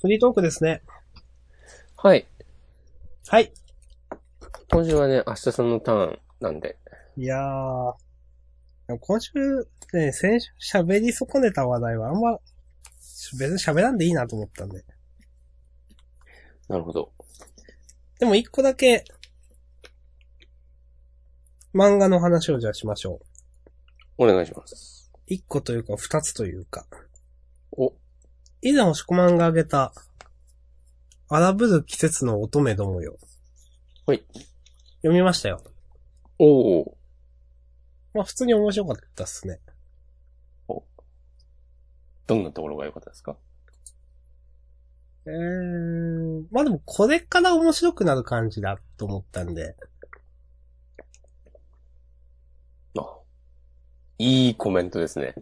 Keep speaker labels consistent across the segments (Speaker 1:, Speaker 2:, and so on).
Speaker 1: フリートークですね。
Speaker 2: はい。
Speaker 1: はい。
Speaker 2: 今週はね、明日さんのターンなんで。
Speaker 1: いやー。でも今週、ね、先週喋り損ねた話題はあんま、別に喋らんでいいなと思ったんで。
Speaker 2: なるほど。
Speaker 1: でも一個だけ、漫画の話をじゃあしましょう。
Speaker 2: お願いします。
Speaker 1: 一個というか二つというか。
Speaker 2: お、
Speaker 1: 以前星子マンが挙げた、荒ぶる季節の乙女どもよ。
Speaker 2: はい。
Speaker 1: 読みましたよ。
Speaker 2: おー
Speaker 1: まあ普通に面白かったっすね。
Speaker 2: どんなところが良かったですか
Speaker 1: えー、まあでもこれから面白くなる感じだと思ったんで。
Speaker 2: あ、いいコメントですね。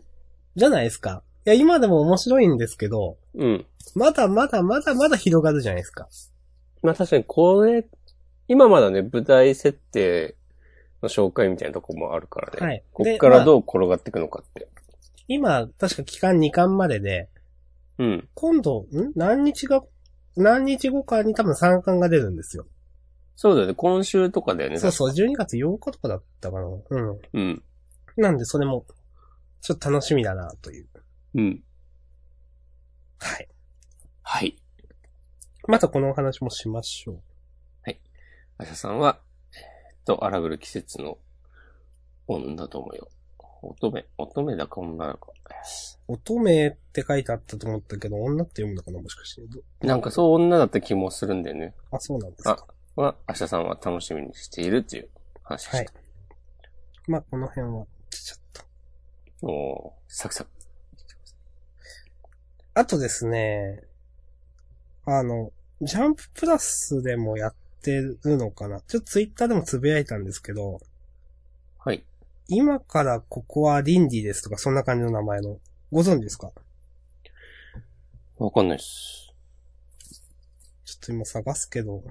Speaker 1: じゃないですか。いや、今でも面白いんですけど、
Speaker 2: うん。
Speaker 1: まだまだまだまだ広がるじゃないですか。
Speaker 2: まあ確かにこれ、今まだね、舞台設定の紹介みたいなとこもあるからね。
Speaker 1: はい
Speaker 2: こ
Speaker 1: で
Speaker 2: っから
Speaker 1: まあ
Speaker 2: どう転がっていくのかって。
Speaker 1: 今、確か期間2巻までで、
Speaker 2: うん。
Speaker 1: 今度、ん何日が、何日後かに多分3巻が出るんですよ。
Speaker 2: そうだよね。今週とかだよね。
Speaker 1: そうそう、12月8日とかだったかな。うん。
Speaker 2: うん。
Speaker 1: なんで、それも、ちょっと楽しみだな、という。
Speaker 2: うん。
Speaker 1: はい。
Speaker 2: はい。
Speaker 1: またこのお話もしましょ
Speaker 2: アシャさんは、えーっと、荒ぶる季節の女どもよ。乙女、乙女だか女だか。
Speaker 1: う。乙女って書いてあったと思ったけど、女って読むのかな、もしかして。ど
Speaker 2: なんかそう女だった気もするんだよね。
Speaker 1: あ、そうなんですか。
Speaker 2: は、アシャさんは楽しみにしているっていう話でした。
Speaker 1: はいまあ、この辺は、ちょっと。
Speaker 2: おーサクサク。
Speaker 1: あとですね、あの、ジャンププラスでもやってるのかな。ちょっとツイッターでもつぶやいたんですけど、
Speaker 2: はい。
Speaker 1: 今からここはリンディですとか、そんな感じの名前の、ご存知ですか
Speaker 2: わかんないっす。
Speaker 1: ちょっと今探すけど、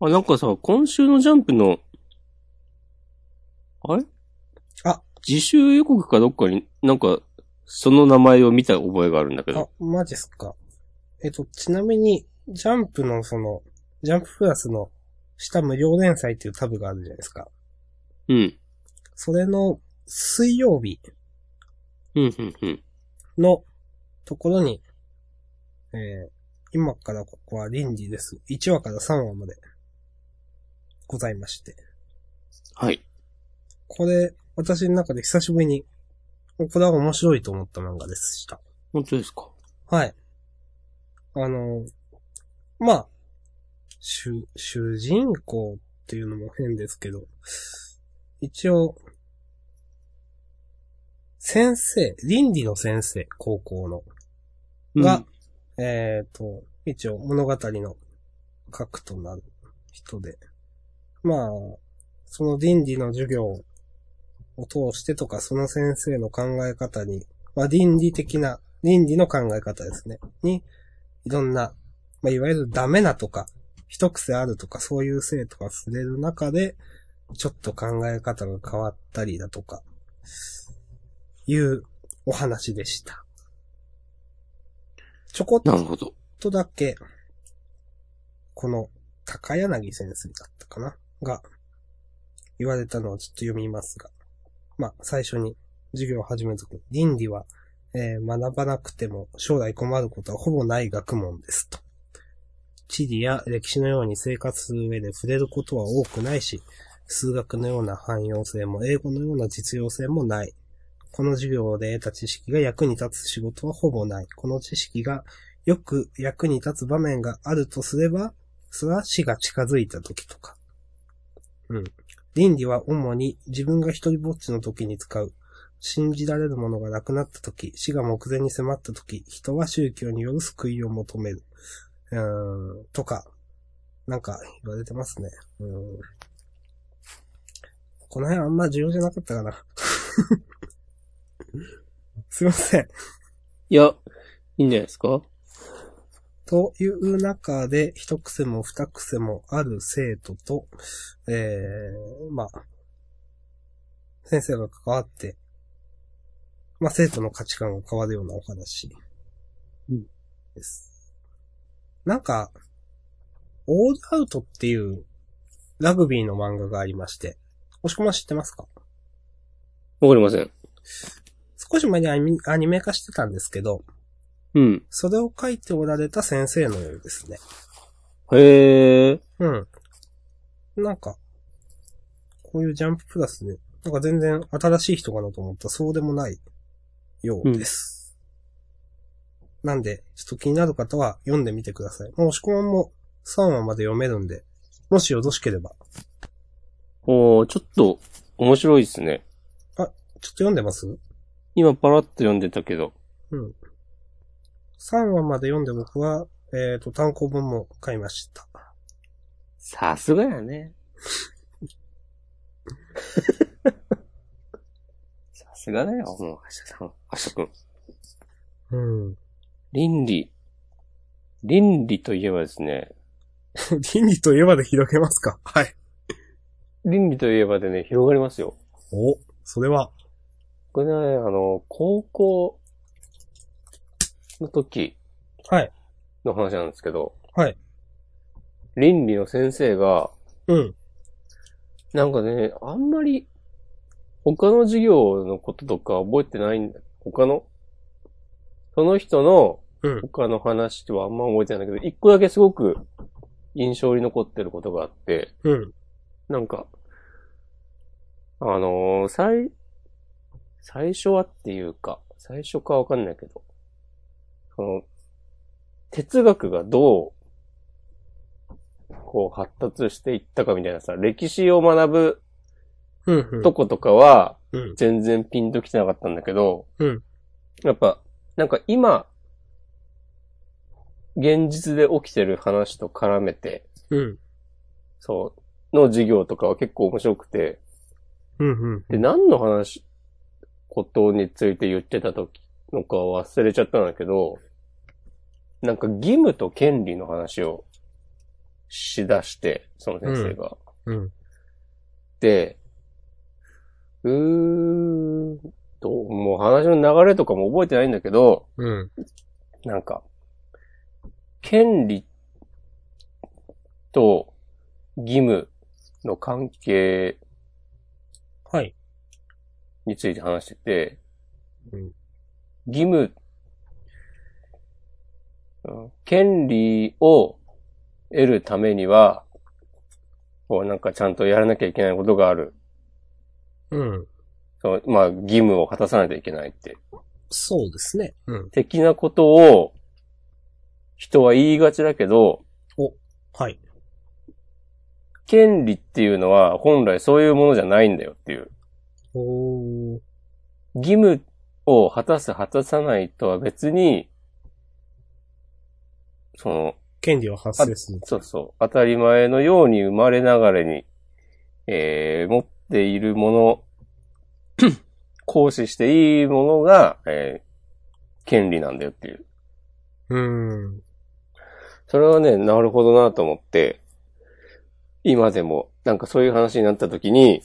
Speaker 2: あ、なんかさ、今週のジャンプの、あれ
Speaker 1: あ
Speaker 2: 自習予告かどっかに、なんか、その名前を見た覚えがあるんだけ
Speaker 1: あ
Speaker 2: ど。、
Speaker 1: マジっすか。えっと、ちなみに、ジャンプのその、ジャンププラスの下無料連載っていうタブがあるじゃないですか。
Speaker 2: うん。
Speaker 1: それの水曜日
Speaker 2: うん、うん、うん。
Speaker 1: のところに、えー今からここは倫理です。1話から3話までございまして。
Speaker 2: はい。
Speaker 1: これ、私の中で久しぶりに、これは面白いと思った漫画でした。
Speaker 2: 本当ですか。
Speaker 1: はい。あの、まあ、主、主人公っていうのも変ですけど、一応、先生、倫理の先生、高校の。が、えっ、と、一応物語の核となる人で。まあ、その倫理の授業を通してとか、その先生の考え方に、まあ倫理的な、倫理の考え方ですね。に、いろんな、まあいわゆるダメなとか、一癖あるとか、そういう性とか触れる中で、ちょっと考え方が変わったりだとか、いうお話でした。ちょこっ
Speaker 2: なるほど。
Speaker 1: ちょっとだけ、この高柳先生だったかなが、言われたのをちょっと読みますが。まあ、最初に授業を始めるときに、倫理は、えー学ばなくても将来困ることはほぼない学問ですと。地理や歴史のように生活する上で触れることは多くないし、数学のような汎用性も英語のような実用性もない。この授業で得た知識が役に立つ仕事はほぼない。この知識がよく役に立つ場面があるとすれば、それは死が近づいた時とか。うん。倫理は主に自分が一人ぼっちの時に使う。信じられるものがなくなった時、死が目前に迫った時、人は宗教による救いを求める。うーん、とか、なんか言われてますね。うん。この辺あんま重要じゃなかったかな。 すいません。
Speaker 2: いや、いいんじゃないですか
Speaker 1: という中で、一癖も二癖もある生徒と、えー、まあ、先生が関わって、まあ生徒の価値観が変わるようなお話です。なんか、オールアウトっていうラグビーの漫画がありまして、押し込まん知ってますか
Speaker 2: わかりません。
Speaker 1: 少し前にアニアニメ化してたんですけど、
Speaker 2: うん。
Speaker 1: それを書いておられた先生のようですね。
Speaker 2: へえ。
Speaker 1: うん。なんか、こういうジャンププラスで、なんか全然新しい人かなと思ったらそうでもないようです。なんで、ちょっと気になる方は読んでみてください。もう押し込まんも3話まで読めるんで、もしよろしければ。
Speaker 2: おー、ちょっと、面白いですね。
Speaker 1: ちょっと読んでます
Speaker 2: 今パラッと読んでたけど。
Speaker 1: うん。3話まで読んで僕は、えっ、と、単行本も買いました。
Speaker 2: さすがやね。 さすがだよ、もう、明日さん。明日くん。
Speaker 1: うん。
Speaker 2: 倫理。倫理といえばですね、
Speaker 1: 倫理といえばで広げますかはい。
Speaker 2: 倫理といえばでね、広がりますよ。
Speaker 1: お、それは、
Speaker 2: これね、あの、高校の時
Speaker 1: はい。
Speaker 2: の話なんですけど、
Speaker 1: はい。
Speaker 2: 倫理の先生が、
Speaker 1: うん。
Speaker 2: なんかね、あんまり、他の授業のこととか覚えてないんだ。他のその人の
Speaker 1: うん、
Speaker 2: 他の話はあんま覚えてないんだけど、一個だけすごく印象に残ってることがあって、
Speaker 1: うん。
Speaker 2: なんか、あのー最、最初はっていうか、最初かわかんないけど、その、哲学がどう、こう発達していったかみたいなさ、歴史を学ぶ
Speaker 1: うん、うん。
Speaker 2: とことかは、
Speaker 1: うん。
Speaker 2: 全然ピンときてなかったんだけど、
Speaker 1: うん
Speaker 2: やっぱ、なんか今、現実で起きてる話と絡めて、
Speaker 1: うん。
Speaker 2: そう、の授業とかは結構面白くて、
Speaker 1: うん。う
Speaker 2: で、
Speaker 1: ん。
Speaker 2: 何の話、ことについて言ってた時のか忘れちゃったんだけど、なんか義務と権利の話をしだして、その先生が。
Speaker 1: うん。
Speaker 2: で、うーん、どう、もう話の流れとかも覚えてないんだけど、
Speaker 1: うん。
Speaker 2: なんか、権利と義務の関係
Speaker 1: はい。
Speaker 2: について話してて、
Speaker 1: うん
Speaker 2: 義務、うん権利を得るためには、こうなんかちゃんとやらなきゃいけないことがある。
Speaker 1: うん。
Speaker 2: そのまあ、義務を果たさないといけないって。
Speaker 1: そうですね。うん。
Speaker 2: 的なことを、人は言いがちだけど、
Speaker 1: はい。
Speaker 2: 権利っていうのは本来そういうものじゃないんだよっていう。
Speaker 1: おー。
Speaker 2: 義務を果たす果たさないとは別に、その、
Speaker 1: 権利は発生する。
Speaker 2: そうそう。当たり前のように生まれながらに、えー持っているもの、行使していいものが、えー権利なんだよっていう。
Speaker 1: うーん。
Speaker 2: それはね、なるほどなと思って、今でも、なんかそういう話になった時に、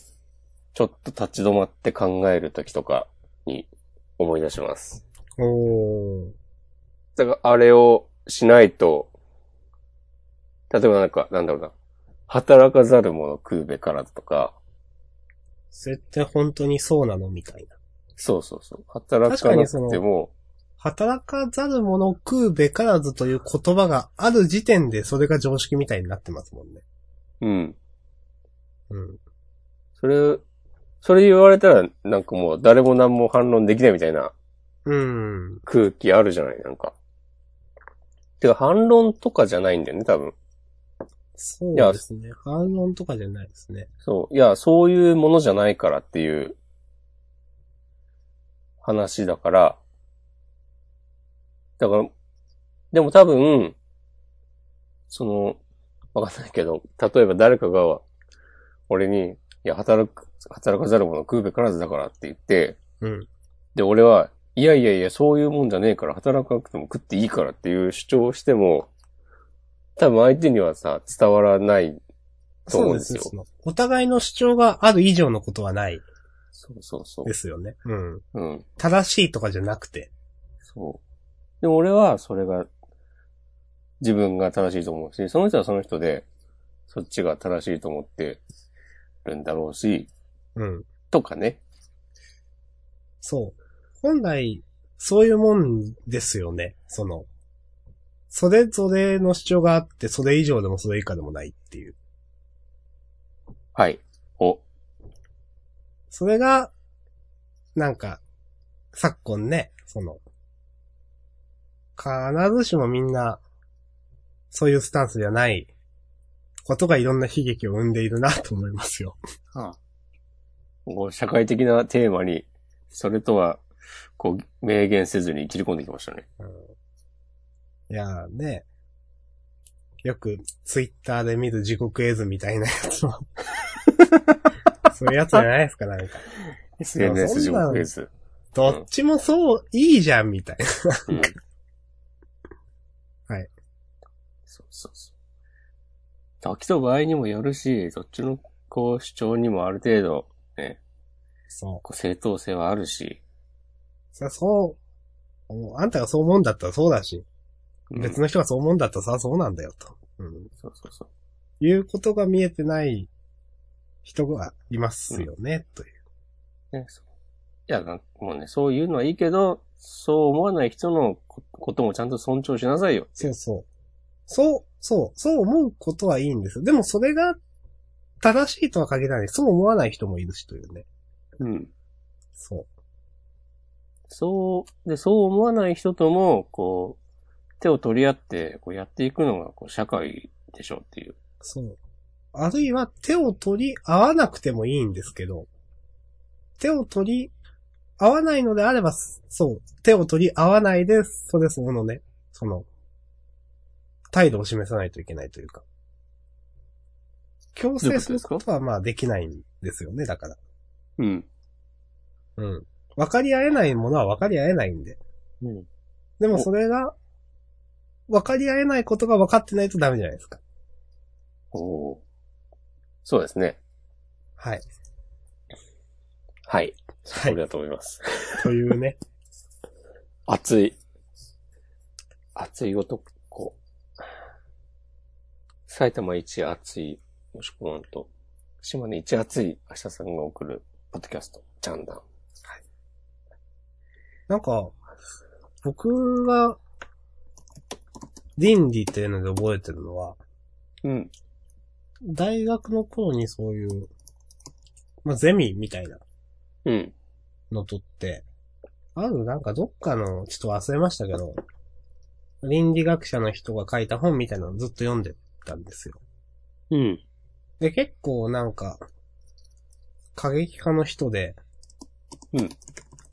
Speaker 2: ちょっと立ち止まって考える時とかに思い出します。
Speaker 1: おー。
Speaker 2: だから、あれをしないと、例えばなんか、なんだろうな、働かざる者食うべからだとか、
Speaker 1: それって本当にそうなのみたいな。
Speaker 2: そうそうそう。働かなくても、
Speaker 1: 働かざる者食うべからずという言葉がある時点でそれが常識みたいになってますもんね。
Speaker 2: うん。
Speaker 1: うん。
Speaker 2: それ、それ言われたら、なんかもう誰も何も反論できないみたいな
Speaker 1: うん。
Speaker 2: 空気あるじゃない、なんか。てか反論とかじゃないんだよね、多分。
Speaker 1: そうですね。反論とかじゃないですね。
Speaker 2: そう。いや、そういうものじゃないからっていう話だから。だから、でも多分、その、わかんないけど、例えば誰かが、俺に、いや、働く、働かざる者食うべからずだからって言って、
Speaker 1: うん。
Speaker 2: で、俺は、いやいやいや、そういうもんじゃねえから、働かなくても食っていいからっていう主張をしても、多分相手にはさ、伝わらないと思うんですよ。
Speaker 1: そのお互いの主張がある以上のことはない
Speaker 2: そうそうそう
Speaker 1: で。すよね。うん。
Speaker 2: うん。
Speaker 1: 正しいとかじゃなくて。
Speaker 2: そう。でも俺はそれが自分が正しいと思うし、その人はその人で、そっちが正しいと思ってるんだろうし、
Speaker 1: うん。
Speaker 2: とかね。
Speaker 1: そう。本来、そういうもんですよね。その、それぞれの主張があって、それ以上でもそれ以下でもないっていう。
Speaker 2: はい。お。
Speaker 1: それが、なんか、昨今ね、その、必ずしもみんな、そういうスタンスじゃないことがいろんな悲劇を生んでいるなと思いますよ。
Speaker 2: こう社会的なテーマに、それとは、こう、明言せずに切り込んできましたね。
Speaker 1: いやーね、よくツイッターで見る地獄絵図みたいなやつ は、そういうやつじゃないですか、なんか。
Speaker 2: SNS 地
Speaker 1: そんな
Speaker 2: 獄絵図。
Speaker 1: どっちもそう、いいじゃん、みたいな。
Speaker 2: うん。
Speaker 1: はい。
Speaker 2: そうそうそう。時と場合にもよるし、どっちのこう主張にもある程度、
Speaker 1: そう。
Speaker 2: こう正当性はあるし、
Speaker 1: そりゃそう、もうあんたがそう思うんだったらそうだし、
Speaker 2: うん
Speaker 1: 別の人がそう思うんだったらさ、そうなんだよ、と。うん。
Speaker 2: そうそうそう。
Speaker 1: いうことが見えてない人がいますよね、という。
Speaker 2: ね、そういや、なんもうね、そういうのはいいけど、そう思わない人のここともちゃんと尊重しなさいよ。
Speaker 1: そうそう。そう、そう、そう思うことはいいんです。でもそれが正しいとは限らない。そう思わない人もいるしというね。
Speaker 2: うん。
Speaker 1: そう。
Speaker 2: そう、で、そう思わない人とも、こう、手を取り合って、こうやっていくのが、こう、社会でしょうっていう。
Speaker 1: そう。あるいは手を取り合わなくてもいいんですけど、手を取り合わないのであれば、そう、手を取り合わないで、それそのね、その、態度を示さないといけないというか。強制することはまあできないんですよね、だから。
Speaker 2: うん。
Speaker 1: うん。分かり合えないものは分かり合えないんで。
Speaker 2: うん。
Speaker 1: でもそれが、分かり合えないことが分かってないとダメじゃないですか。
Speaker 2: おーそうですね。
Speaker 1: はい。
Speaker 2: はい。
Speaker 1: は
Speaker 2: あり
Speaker 1: い。
Speaker 2: がとうございます。
Speaker 1: というね。
Speaker 2: 熱い。熱い男。埼玉一熱い、もしくはほんと、島根一熱い、明日さんが送る、ポッドキャスト、ジャンダン。
Speaker 1: なんか、僕が、倫理っていうので覚えてるのは、
Speaker 2: うん。
Speaker 1: 大学の頃にそういう、まあ、ゼミみたいな
Speaker 2: うん。
Speaker 1: のとって、あるなんかどっかの、ちょっと忘れましたけど、倫理学者の人が書いた本みたいなのをずっと読んでたんですよ。
Speaker 2: うん。
Speaker 1: で、結構なんか、過激派の人で、
Speaker 2: うん。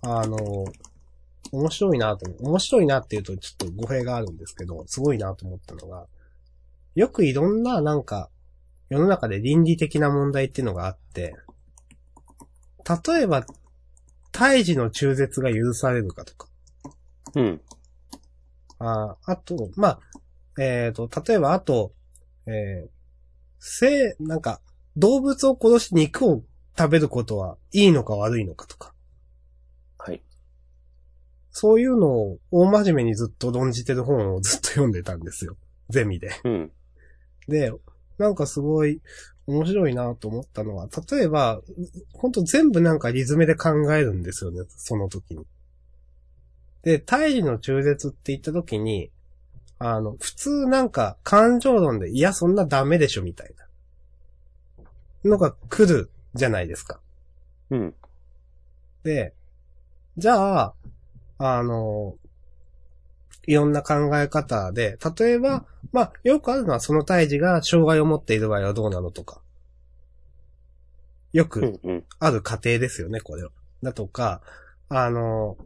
Speaker 1: あの、面白いなと、面白いなっていうとちょっと語弊があるんですけど、すごいなと思ったのが、よくいろんななんか、世の中で倫理的な問題っていうのがあって、例えば、胎児の中絶が許されるかとか、
Speaker 2: うん。
Speaker 1: あーあと、まあ、えっ、と、例えば、あと、えー、性、なんか、動物を殺して肉を食べることはいいのか悪いのかとか、
Speaker 2: はい。
Speaker 1: そういうのを大真面目にずっと論じてる本をずっと読んでたんですよ。ゼミで。
Speaker 2: うん。
Speaker 1: で、なんかすごい面白いなと思ったのは、例えば、ほんと全部なんかリズムで考えるんですよね、その時に。で、胎児の中絶って言った時に、あの、普通なんか感情論で、いや、そんなダメでしょ、みたいな。のが来るじゃないですか。
Speaker 2: うん。
Speaker 1: で、じゃあ、あの、いろんな考え方で、例えば、まあ、よくあるのはその胎児が障害を持っている場合はどうなのとか。よ
Speaker 2: う
Speaker 1: く
Speaker 2: ん。うん。
Speaker 1: ある過程ですよね、これは。だとか、あの、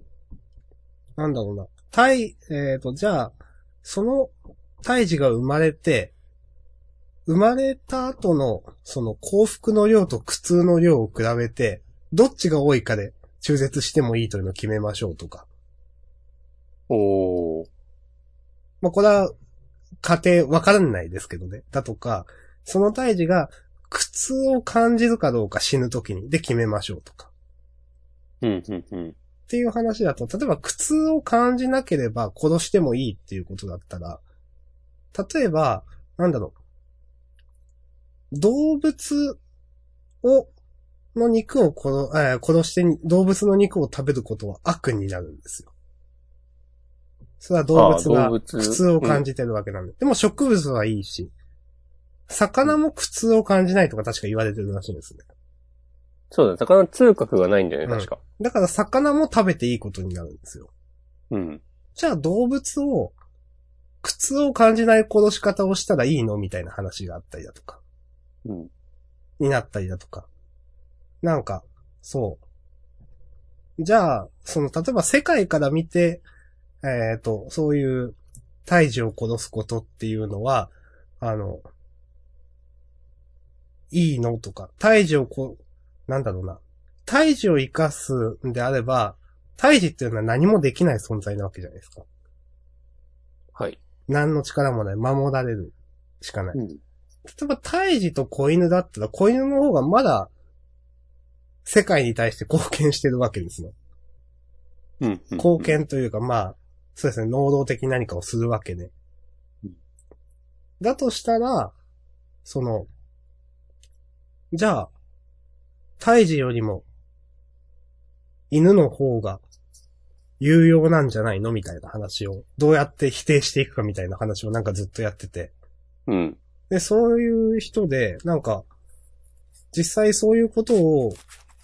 Speaker 1: なんだろうな。胎、えっ、と、じゃあ、その胎児が生まれて、生まれた後の、その幸福の量と苦痛の量を比べて、どっちが多いかで中絶してもいいというのを決めましょうとか。
Speaker 2: おー。
Speaker 1: まあ、これは、家庭わからないですけどね。だとか、その胎児が苦痛を感じるかどうか死ぬ時にで決めましょうとか。
Speaker 2: うん。うん。うん。
Speaker 1: っっていう話だと、例えば苦痛を感じなければ殺してもいいっていうことだったら、例えば、なんだろう。動物を、の肉を殺、えー殺してに動物の肉を食べることは悪になるんですよ。それは動物
Speaker 2: あ
Speaker 1: が
Speaker 2: ー動物
Speaker 1: 苦痛を感じてるわけなんで。でも植物はいいし、魚も苦痛を感じないとか確か言われてるらしいんですね。
Speaker 2: そうだ、魚痛覚がないんだよね、
Speaker 1: うん
Speaker 2: 確か。
Speaker 1: だから魚も食べていいことになるんですよ。
Speaker 2: うん。
Speaker 1: じゃあ動物を、苦痛を感じない殺し方をしたらいいのみたいな話があったりだとか、
Speaker 2: うん。
Speaker 1: になったりだとか。なんか、そう。じゃあ、その、例えば世界から見て、えっ、と、そういう、胎児を殺すことっていうのは、あの、いいのとか、胎児をこ、なんだろうな。胎児を生かすんであれば、胎児っていうのは何もできない存在なわけじゃないですか。
Speaker 2: はい。
Speaker 1: 何の力もない。守られるしかない。例
Speaker 2: うん。
Speaker 1: えば、胎児と子犬だったら、子犬の方がまだ、世界に対して貢献してるわけですよ。
Speaker 2: うん。
Speaker 1: 貢献というか、まあ、そうですね、能動的に何かをするわけで、
Speaker 2: うん
Speaker 1: だとしたら、その、じゃあ、胎児よりも、犬の方が、有用なんじゃないのみたいな話を、どうやって否定していくかみたいな話をなんかずっとやってて。
Speaker 2: うん。
Speaker 1: で、そういう人で、なんか、実際そういうことを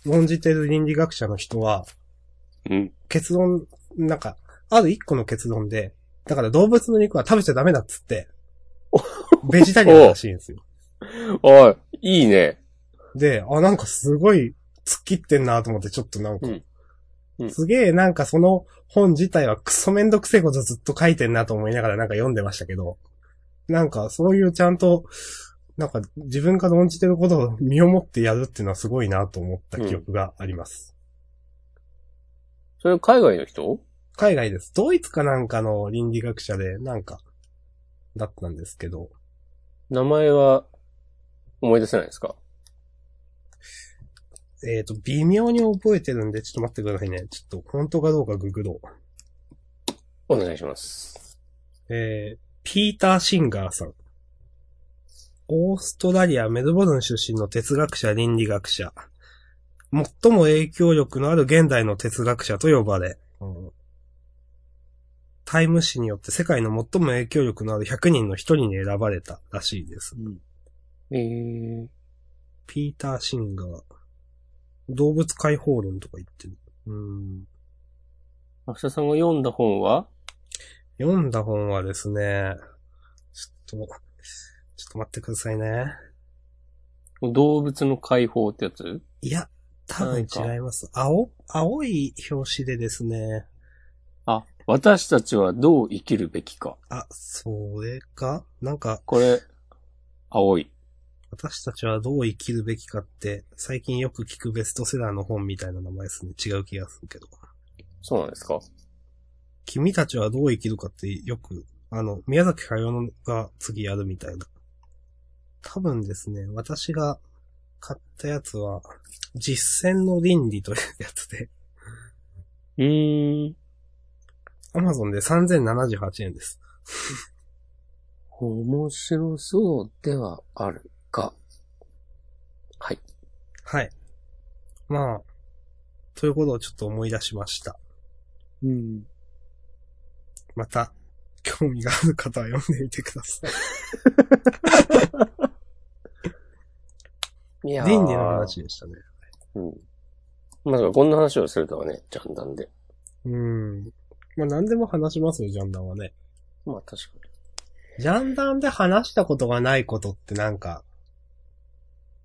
Speaker 1: 論じてる倫理学者の人は、
Speaker 2: うん。
Speaker 1: 結論、なんか、ある一個の結論で、だから動物の肉は食べちゃダメだっつって、ベジタリアンらしいんですよ。
Speaker 2: おい、いいね。
Speaker 1: で、あ、なんかすごい突っ切ってんなと思って、ちょっとなんか、
Speaker 2: うんうん
Speaker 1: すげえなんかその本自体はクソめんどくせえことずっと書いてんなと思いながらなんか読んでましたけど、なんかそういうちゃんと、なんか自分が論じてることを身をもってやるっていうのはすごいなと思った記憶があります。
Speaker 2: それ海外の人
Speaker 1: 海外です。ドイツかなんかの倫理学者で、なんか、だったんですけど、
Speaker 2: 名前は思い出せないですか
Speaker 1: えっ、と、微妙に覚えてるんで、ちょっと待ってくださいね。ちょっと、本当かどうかググろ
Speaker 2: お願いします。
Speaker 1: う。えー、ピーター・シンガーさん。オーストラリア・メルボルン出身の哲学者、倫理学者。最も影響力のある現代の哲学者と呼ばれ、タイム誌によって世界の最も影響力のある100人の一人に選ばれたらしいです。
Speaker 2: えー、
Speaker 1: ピーター・シンガー。動物解放論とか言ってる。うん。
Speaker 2: 明日さんが読んだ本は
Speaker 1: 読んだ本はですね、ちょっと、ちょっと待ってくださいね。
Speaker 2: 動物の解放ってやつ
Speaker 1: いや、多分違います。青青い表紙でですね。
Speaker 2: あ、私たちはどう生きるべきか。
Speaker 1: あ、それかなんか、
Speaker 2: これ、青い。
Speaker 1: 私たちはどう生きるべきかって、最近よく聞くベストセラーの本みたいな名前ですね。違う気がするけど。
Speaker 2: そうなんですか
Speaker 1: 君たちはどう生きるかってよく、あの、宮崎駿のが次やるみたいな。多分ですね、私が買ったやつは、実践の倫理というやつで、
Speaker 2: うーん。
Speaker 1: Amazon で3078円です。
Speaker 2: 面白そうではあるが。はい。
Speaker 1: はい。まあ、ということをちょっと思い出しました。
Speaker 2: うん。
Speaker 1: また、興味がある方は読んでみてください。
Speaker 2: いやー
Speaker 1: 倫理の話でしたね。
Speaker 2: うん。まさかこんな話をするとはね、ジャンダンで。
Speaker 1: うん。まあ何でも話しますよ、ジャンダンはね。
Speaker 2: まあ確か
Speaker 1: ジャンダンで話したことがないことってなんか、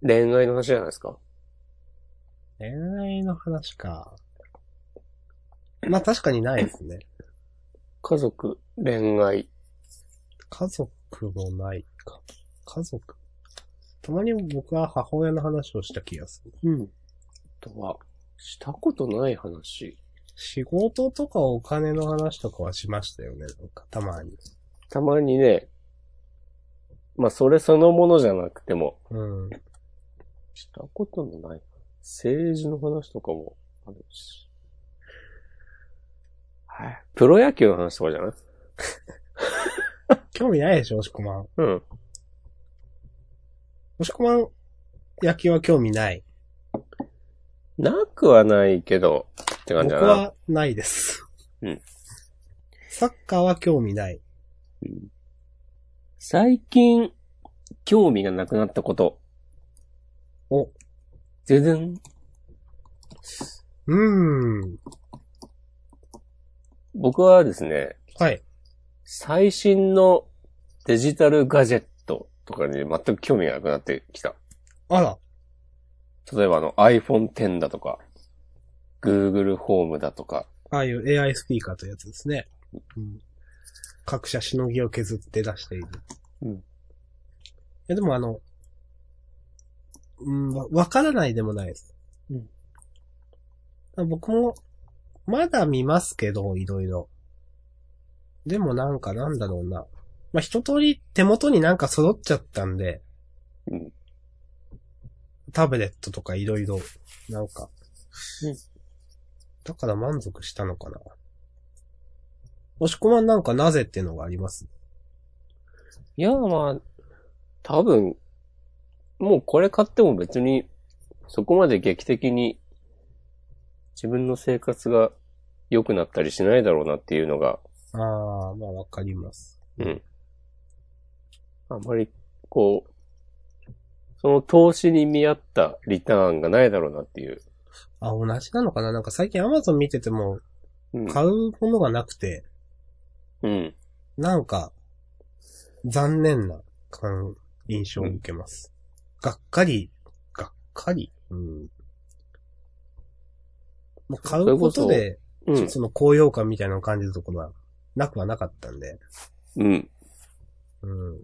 Speaker 2: に。恋愛の話じゃないですか
Speaker 1: 恋愛の話か。まあ確かにないですね。
Speaker 2: 家族、恋愛。
Speaker 1: 家族もないか。家族。たまに僕は母親の話をした気がする。
Speaker 2: うん。あとは、したことない話。
Speaker 1: 仕事とかお金の話とかはしましたよね、なんかたまに。
Speaker 2: たまにね、まあそれそのものじゃなくても、
Speaker 1: うん。
Speaker 2: したことのない。政治の話とかもあるし。はい。プロ野球の話とかじゃない
Speaker 1: 興味ないでしょ、押し込まん。
Speaker 2: うん。
Speaker 1: 押し込まん、野球は興味ない。
Speaker 2: なくはないけど、って感じ
Speaker 1: 僕
Speaker 2: だな。
Speaker 1: はないです。
Speaker 2: うん。
Speaker 1: サッカーは興味ない。
Speaker 2: 最近、興味がなくなったこと。
Speaker 1: お。
Speaker 2: 全然、
Speaker 1: うーん。
Speaker 2: 僕はですね、
Speaker 1: はい。
Speaker 2: 最新のデジタルガジェットとかに全く興味がなくなってきた。
Speaker 1: あら。
Speaker 2: 例えばあの iPhone X だとか、Google ホームだとか、
Speaker 1: ああいう AI スピーカーというやつですね。うん。各社しのぎを削って出している。
Speaker 2: うん
Speaker 1: いや、でもあの、うん、わわからないでもないです。
Speaker 2: うん
Speaker 1: うん。僕も、まだ見ますけど、いろいろ。でもなんかなんだろうな。まあ、一通り手元になんか揃っちゃったんで、
Speaker 2: うん
Speaker 1: タブレットとかいろいろ、なんか、だから満足したのかな。押し込まんなんかなぜっていうのがあります。
Speaker 2: いや、まあ、多分、もうこれ買っても別に、そこまで劇的に自分の生活が良くなったりしないだろうなっていうのが、
Speaker 1: ああ、まあわかります。
Speaker 2: うん。あまり、こう、その投資に見合ったリターンがないだろうなっていう。
Speaker 1: あ、同じなのかななんか最近 Amazon 見てても
Speaker 2: うん。
Speaker 1: 買うものがなくて、
Speaker 2: うん。
Speaker 1: なんか、残念な感、印象を受けます。がっかり、がっかりうん。もう買うことで、
Speaker 2: う
Speaker 1: そ
Speaker 2: ん。
Speaker 1: の高揚感みたいなのを感じるところは、なくはなかったんで。
Speaker 2: うん。
Speaker 1: うん。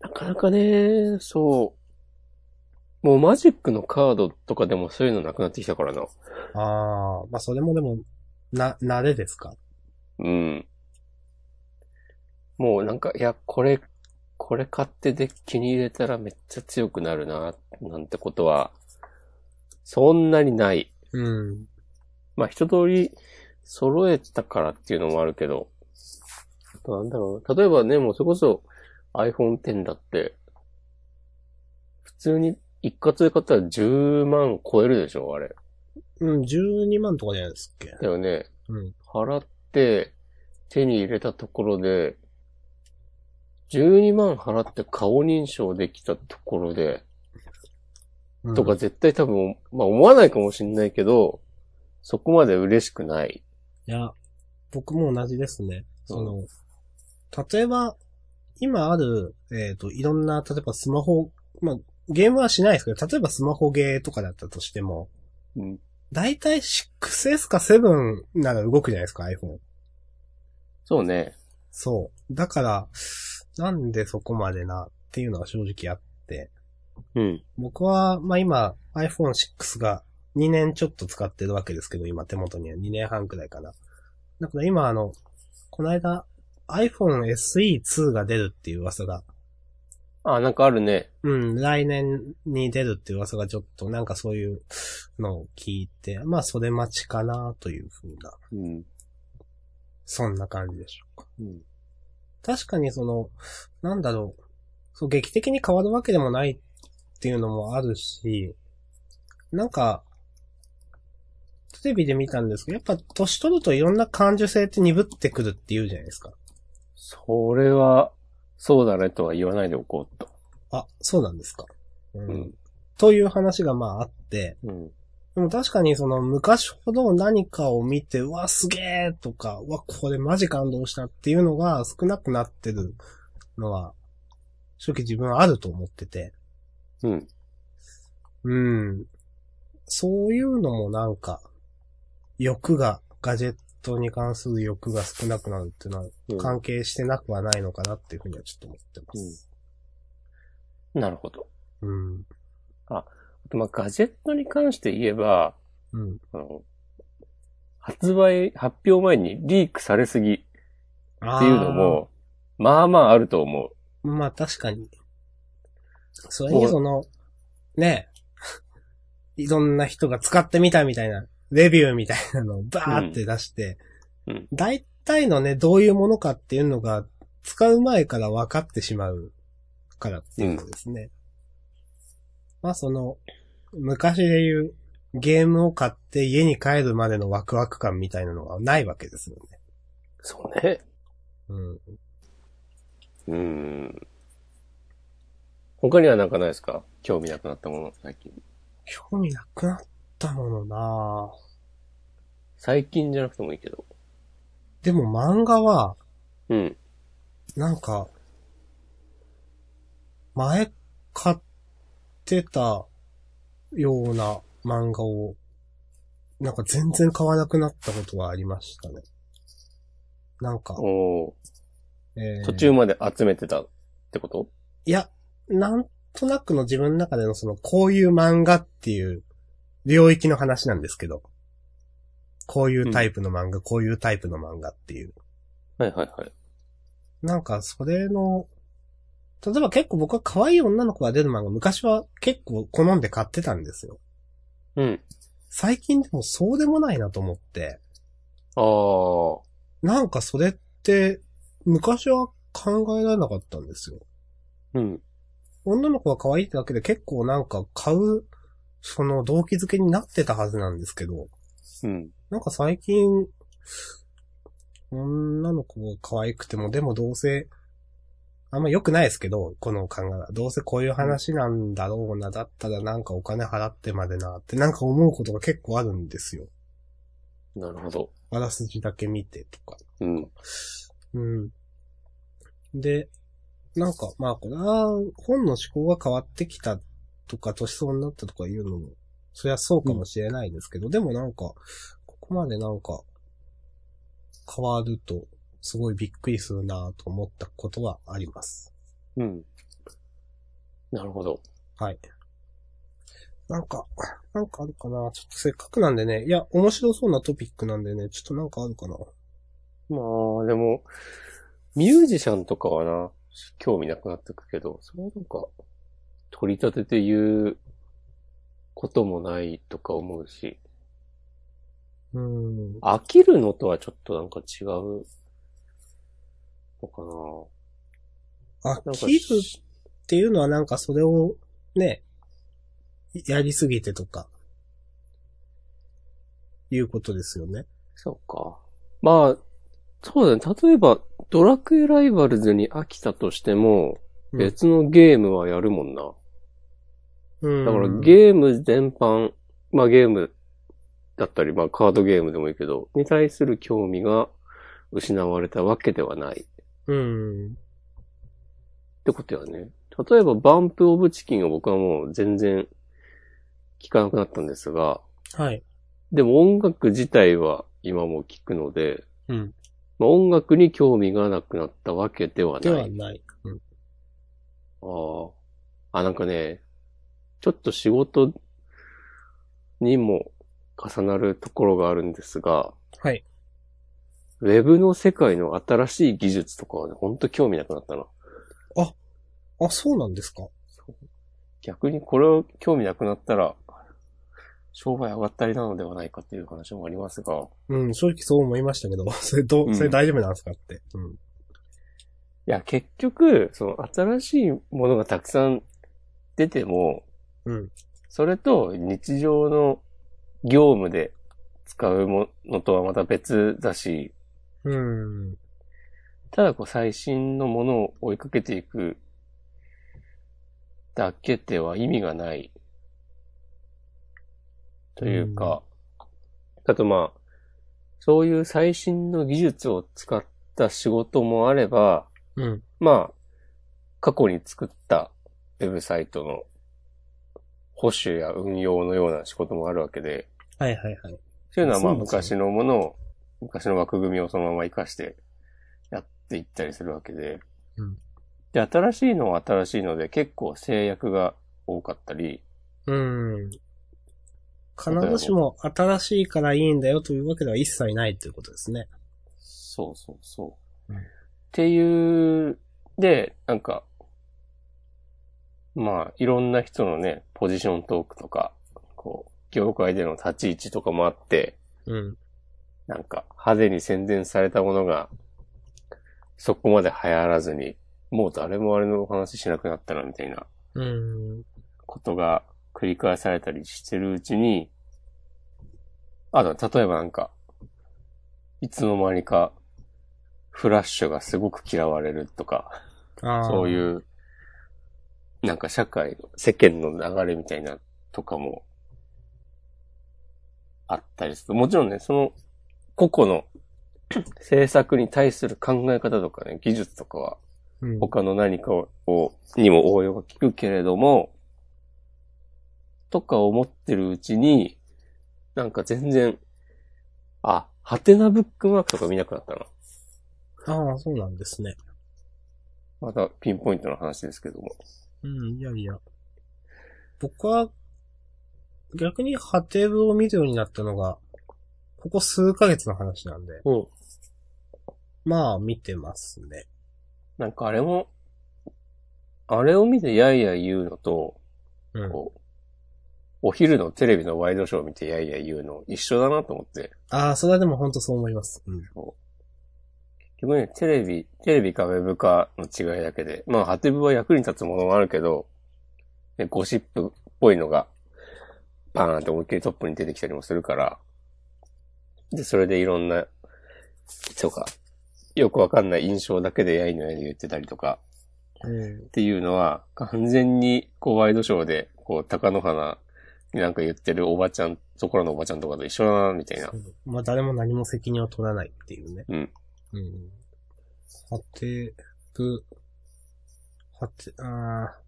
Speaker 2: なかなかね、そう。もうマジックのカードとかでもそういうのなくなってきたからな。
Speaker 1: ああ、まあそれもでも、な、慣れですか
Speaker 2: うん。もうなんか、いや、これ、これ買ってで気に入れたらめっちゃ強くなるな、なんてことは、そんなにない。
Speaker 1: うん。
Speaker 2: まあ一通り揃えたからっていうのもあるけど、あとなんだろうな。例えばね、もうそれこそ iPhone X だって、普通に一括で買ったら10万超えるでしょ、あれ。
Speaker 1: うん、12万とかじゃないですっけ。
Speaker 2: だよね。
Speaker 1: うん。
Speaker 2: 払って、手に入れたところで、12万払って顔認証できたところで、
Speaker 1: うん
Speaker 2: とか。絶対多分、まあ思わないかもしんないけど、そこまで嬉しくない。
Speaker 1: いや、僕も同じですね。
Speaker 2: うん
Speaker 1: その、例えば、今ある、えっ、と、いろんな、例えばスマホ、まあ、ゲームはしないですけど、例えばスマホゲーとかだったとしても、
Speaker 2: うん。
Speaker 1: だいたい 6S か7なら動くじゃないですか、iPhone。
Speaker 2: そうね。
Speaker 1: そう。だから、なんでそこまでな、っていうのは正直あって。
Speaker 2: うん。
Speaker 1: 僕は、まあ今、iPhone6 が2年ちょっと使ってるわけですけど、今手元には2年半くらいかな。だから今あの、この間、iPhone SE2 が出るっていう噂が、
Speaker 2: あ、なんかあるね。
Speaker 1: うん、来年に出るっていう噂がちょっと、なんかそういうのを聞いて、まあそれ待ちかなというふうな、
Speaker 2: うん。
Speaker 1: そんな感じでしょうか。
Speaker 2: うん。
Speaker 1: 確かにその、なんだろう、そう劇的に変わるわけでもないっていうのもあるし、なんか、テレビで見たんですけど、やっぱ年取るといろんな感受性って鈍ってくるって言うじゃないですか。
Speaker 2: それは、そうだねとは言わないでおこうと。
Speaker 1: あ、そうなんですか。うん
Speaker 2: うん
Speaker 1: という話がまああって、
Speaker 2: うん。
Speaker 1: でも確かにその昔ほど何かを見て、うわ、すげえとか、うわ、これマジ感動したっていうのが少なくなってるのは、正直自分はあると思ってて。
Speaker 2: うん。
Speaker 1: うん。そういうのもなんか、欲が、ガジェットに関する欲が少なくなるっていうのは
Speaker 2: うん
Speaker 1: 関係してなくはないのかなっていうふうにはちょっと思ってます。
Speaker 2: なるほど。
Speaker 1: うん。
Speaker 2: あとまあガジェットに関して言えば、
Speaker 1: うん。
Speaker 2: あの、発売、発表前にリークされすぎっ
Speaker 1: あ
Speaker 2: ていうのも、まあまああると思
Speaker 1: ー。まあ確かに。それにその、ね え、いろんな人が使ってみたみたいな、レビューみたいなのをバーって出して、
Speaker 2: うん
Speaker 1: 大体のね、どういうものかっていうのが、使う前から分かってしまうからっていうことですね。まあその、昔で言う、ゲームを買って家に帰るまでのワクワク感みたいなのがないわけですよね。
Speaker 2: そうね。
Speaker 1: うん。
Speaker 2: うん。他にはなんかないですか興味なくなったもの、最近。
Speaker 1: 興味なくなったものなぁ
Speaker 2: 最近じゃなくてもいいけど。
Speaker 1: でも漫画は、
Speaker 2: うん。
Speaker 1: なんか、前買ってたような漫画を、なんか全然買わなくなったことはありましたね。なんか、
Speaker 2: おー
Speaker 1: えー
Speaker 2: 途中まで集めてたってこと
Speaker 1: いや、なんとなくの自分の中でのその、こういう漫画っていう領域の話なんですけど、こういうタイプの漫画、こういうタイプの漫画っていう。
Speaker 2: はいはいはい。
Speaker 1: なんか、それの、例えば結構僕は可愛い女の子が出る漫画、昔は結構好んで買ってたんですよ。
Speaker 2: うん。
Speaker 1: 最近でもそうでもないなと思って、
Speaker 2: あー。
Speaker 1: なんかそれって、昔は考えられなかったんですよ。
Speaker 2: うん。
Speaker 1: 女の子が可愛いってだけで結構なんか買う、その動機づけになってたはずなんですけど、
Speaker 2: うん。
Speaker 1: なんか最近、女の子が可愛くても、でもどうせ、あんま良くないですけど、この考えは。どうせこういう話なんだろうな、だったらなんかお金払ってまでな、ってなんか思うことが結構あるんですよ。
Speaker 2: なるほど。
Speaker 1: あらすじだけ見てとか。
Speaker 2: うん。
Speaker 1: うん。で、なんか、まあこれは、本の思考が変わってきたとか、年相になったとかいうのも、そりゃそうかもしれないですけど、でもなんか、ここまでなんか、変わると、すごいびっくりするなぁと思ったことはあります。
Speaker 2: うん。なるほど。
Speaker 1: はい。なんか、なんかあるかなちょっとせっかくなんでね、いや、面白そうなトピックなんでね、ちょっとなんかあるかな
Speaker 2: まあ、でも、ミュージシャンとかはな、興味なくなってくけど、それはなんか、取り立てて言うこともないとか思うし、
Speaker 1: うーん。
Speaker 2: 飽きるのとはちょっとなんか違うのかな
Speaker 1: あ、
Speaker 2: なんか
Speaker 1: キープっていうのはなんかそれをね、やりすぎてとか、いうことですよね。
Speaker 2: そうか。まあ、そうだね。例えば、ドラクエライバルズに飽きたとしても、
Speaker 1: うん
Speaker 2: 別のゲームはやるもんな。
Speaker 1: うん
Speaker 2: だからゲーム全般、まあゲームだったり、まあカードゲームでもいいけど、に対する興味が失われたわけではないっ
Speaker 1: うん。
Speaker 2: てことよね。例えばバンプオブチキンを僕はもう全然聞かなくなったんですが、
Speaker 1: はい。
Speaker 2: でも音楽自体は今も聞くので、
Speaker 1: うん。
Speaker 2: まあ、音楽に興味がなくなったわけでは
Speaker 1: で
Speaker 2: な。
Speaker 1: はいない。うん。
Speaker 2: あーあ、なんかね、ちょっと仕事にも重なるところがあるんですが、
Speaker 1: はい。
Speaker 2: ウェブの世界の新しい技術とかはね、ほんと興味なくなったな。
Speaker 1: あ、そうなんですか
Speaker 2: 逆にこれを興味なくなったら、商売上がったりなのではないかっていう話もありますが、
Speaker 1: うん、正直そう思いましたけど、 それど
Speaker 2: う
Speaker 1: う、
Speaker 2: ん
Speaker 1: それ大丈夫なんですかって。うん。
Speaker 2: いや、結局、その新しいものがたくさん出ても、
Speaker 1: うん。
Speaker 2: それと日常の業務で使うものとはまた別だし、
Speaker 1: うん。
Speaker 2: ただこう最新のものを追いかけていくだけでは意味がない。というか、あとまあ、そういう最新の技術を使った仕事もあれば、
Speaker 1: うん。
Speaker 2: まあ、過去に作ったウェブサイトの保守や運用のような仕事もあるわけで、
Speaker 1: はいはいはい。
Speaker 2: そういうのはまあ
Speaker 1: そうなんです
Speaker 2: 昔のものを、昔の枠組みをそのまま活かしてやっていったりするわけで、
Speaker 1: うん
Speaker 2: で、新しいのは新しいので結構制約が多かったり、
Speaker 1: うん。必ずしも新しいからいいんだよというわけでは一切ないということですね。
Speaker 2: そうそうそう。
Speaker 1: うん
Speaker 2: っていう、で、なんか、まあ、いろんな人のね、ポジショントークとか、こう、業界での立ち位置とかもあって、
Speaker 1: うん。
Speaker 2: なんか派手に宣伝されたものが、そこまで流行らずに、もう誰もあれの話しなくなったな、みたいな
Speaker 1: うん。
Speaker 2: ことが繰り返されたりしてるうちに、あと、例えばなんか、いつの間にか、フラッシュがすごく嫌われるとか、
Speaker 1: ああ。
Speaker 2: そう
Speaker 1: う。
Speaker 2: いう、なんか社会の、世間の流れみたいなとかも、あったりする。もちろんね、その、個々の制作に対する考え方とかね、技術とかは、
Speaker 1: うん、
Speaker 2: 他の何かを、にも応用が効くけれども、とか思ってるうちに、なんか全然、あ、ハテナブックマークとか見なくなったな。
Speaker 1: ああ、そうなんですね。
Speaker 2: またピンポイントの話ですけども。
Speaker 1: うん、いやいや。僕は、逆にハテブを見るようになったのが、ここ数ヶ月の話なんで、
Speaker 2: うん。
Speaker 1: まあ見てますね。
Speaker 2: なんかあれも、あれを見てやいやい言うのと、
Speaker 1: うん。
Speaker 2: こう、お昼のテレビのワイドショーを見てやいやい言うの一緒だなと思って。
Speaker 1: ああ、それはでも本当そう思います。うん。
Speaker 2: 結局ね、テレビ、テレビかウェブかの違いだけで、まあ、ハテブは役に立つものもあるけど、ね、ゴシップっぽいのが、バーンって思いっきりトップに出てきたりもするから、で、それでいろんな、そうか、よくわかんない印象だけでやいのやいの言ってたりとか、
Speaker 1: う
Speaker 2: っていうのは、完全に、こう、ワイドショーで、こう、高野花になんか言ってるおばちゃん、そこらのおばちゃんとかと一緒だな、みたいな。
Speaker 1: ん。まあ誰も何も責任を取らないっていうね。
Speaker 2: うん。
Speaker 1: うん。ハテブ、ハテ、ああ、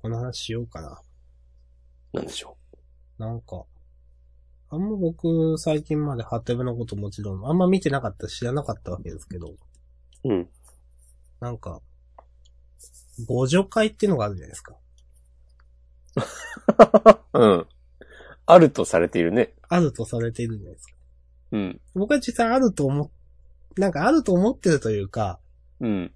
Speaker 1: この話しようかな。
Speaker 2: なんでしょ
Speaker 1: なんか、あんま僕最近までハテブのこともちろん、あんま見てなかったし知らなかったわけですけど、
Speaker 2: う。うん。
Speaker 1: なんか、互助会っていうのがあるじゃないですか。
Speaker 2: うん。あるとされているね。
Speaker 1: あるとされているじゃないですか。
Speaker 2: うん。
Speaker 1: 僕は実際あると思っ、なんかあると思ってるというか、
Speaker 2: うん。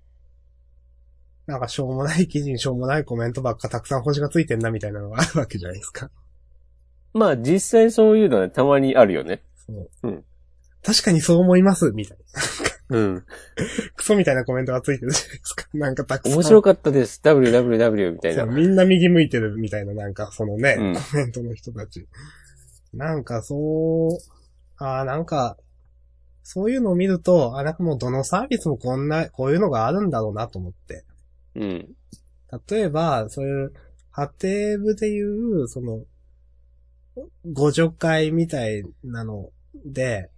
Speaker 1: なんかしょうもない記事にしょうもないコメントばっかたくさん星がついてんなみたいなのがあるわけじゃないですか。
Speaker 2: まあ、実際そういうのはね、たまにあるよね。
Speaker 1: そう。
Speaker 2: うん
Speaker 1: 確かにそう思います、みたいな。
Speaker 2: うん。
Speaker 1: クソみたいなコメントがついてるじゃないですか。なんかたくさん。
Speaker 2: 面白かったです。www みたい
Speaker 1: そ
Speaker 2: な
Speaker 1: う。みんな右向いてるみたいな、なんかそのね、
Speaker 2: うん
Speaker 1: コメントの人たち。なんかそう、ああ、なんか、そういうのを見ると、あ、なんかもうどのサービスもこんな、こういうのがあるんだろうなと思って。
Speaker 2: うん。
Speaker 1: 例えば、そういう、ハテブでいう、その、ご助会みたいなので、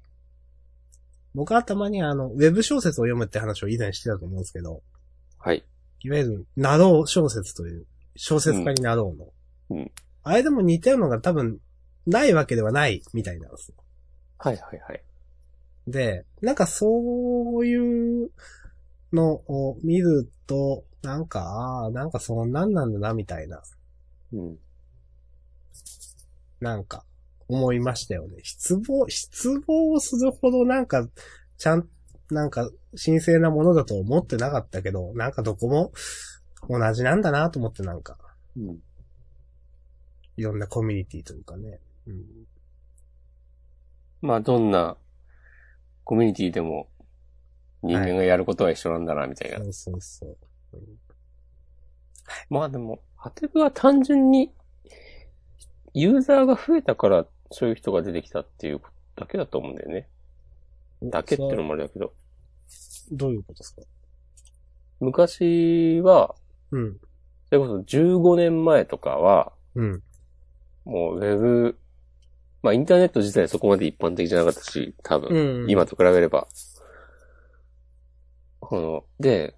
Speaker 1: 僕はたまにあの、ウェブ小説を読むって話を以前してたと思うんですけど、
Speaker 2: はい。
Speaker 1: いわゆる、なろう小説という、小説家になろうの。
Speaker 2: うんうん
Speaker 1: あれでも似たようなのが多分、ないわけではないみたいなんですよ。
Speaker 2: はいはいはい。
Speaker 1: で、なんかそういうのを見ると、なんか、ああ、なんかそんなんなんだな、みたいな、
Speaker 2: うん。
Speaker 1: なんか、思いましたよね。失望、失望するほどなんか、ちゃん、なんか、神聖なものだと思ってなかったけど、なんかどこも同じなんだなと思ってなんか、
Speaker 2: うん。
Speaker 1: いろんなコミュニティというかね。うん。
Speaker 2: まあ、どんなコミュニティでも人間がやることは一緒なんだな、みたいな。
Speaker 1: そうそうそう。
Speaker 2: まあでも、ハテブは単純に、ユーザーが増えたから、そういう人が出てきたっていうだけだと思うんだよね。だけっていうのもあれだけど。
Speaker 1: どういうことですか
Speaker 2: 昔は、
Speaker 1: うん。
Speaker 2: それこそ15年前とかは、
Speaker 1: うん。
Speaker 2: もうウェブ、まあインターネット自体そこまで一般的じゃなかったし、多分、
Speaker 1: うん。。
Speaker 2: 今と比べれば。この、で、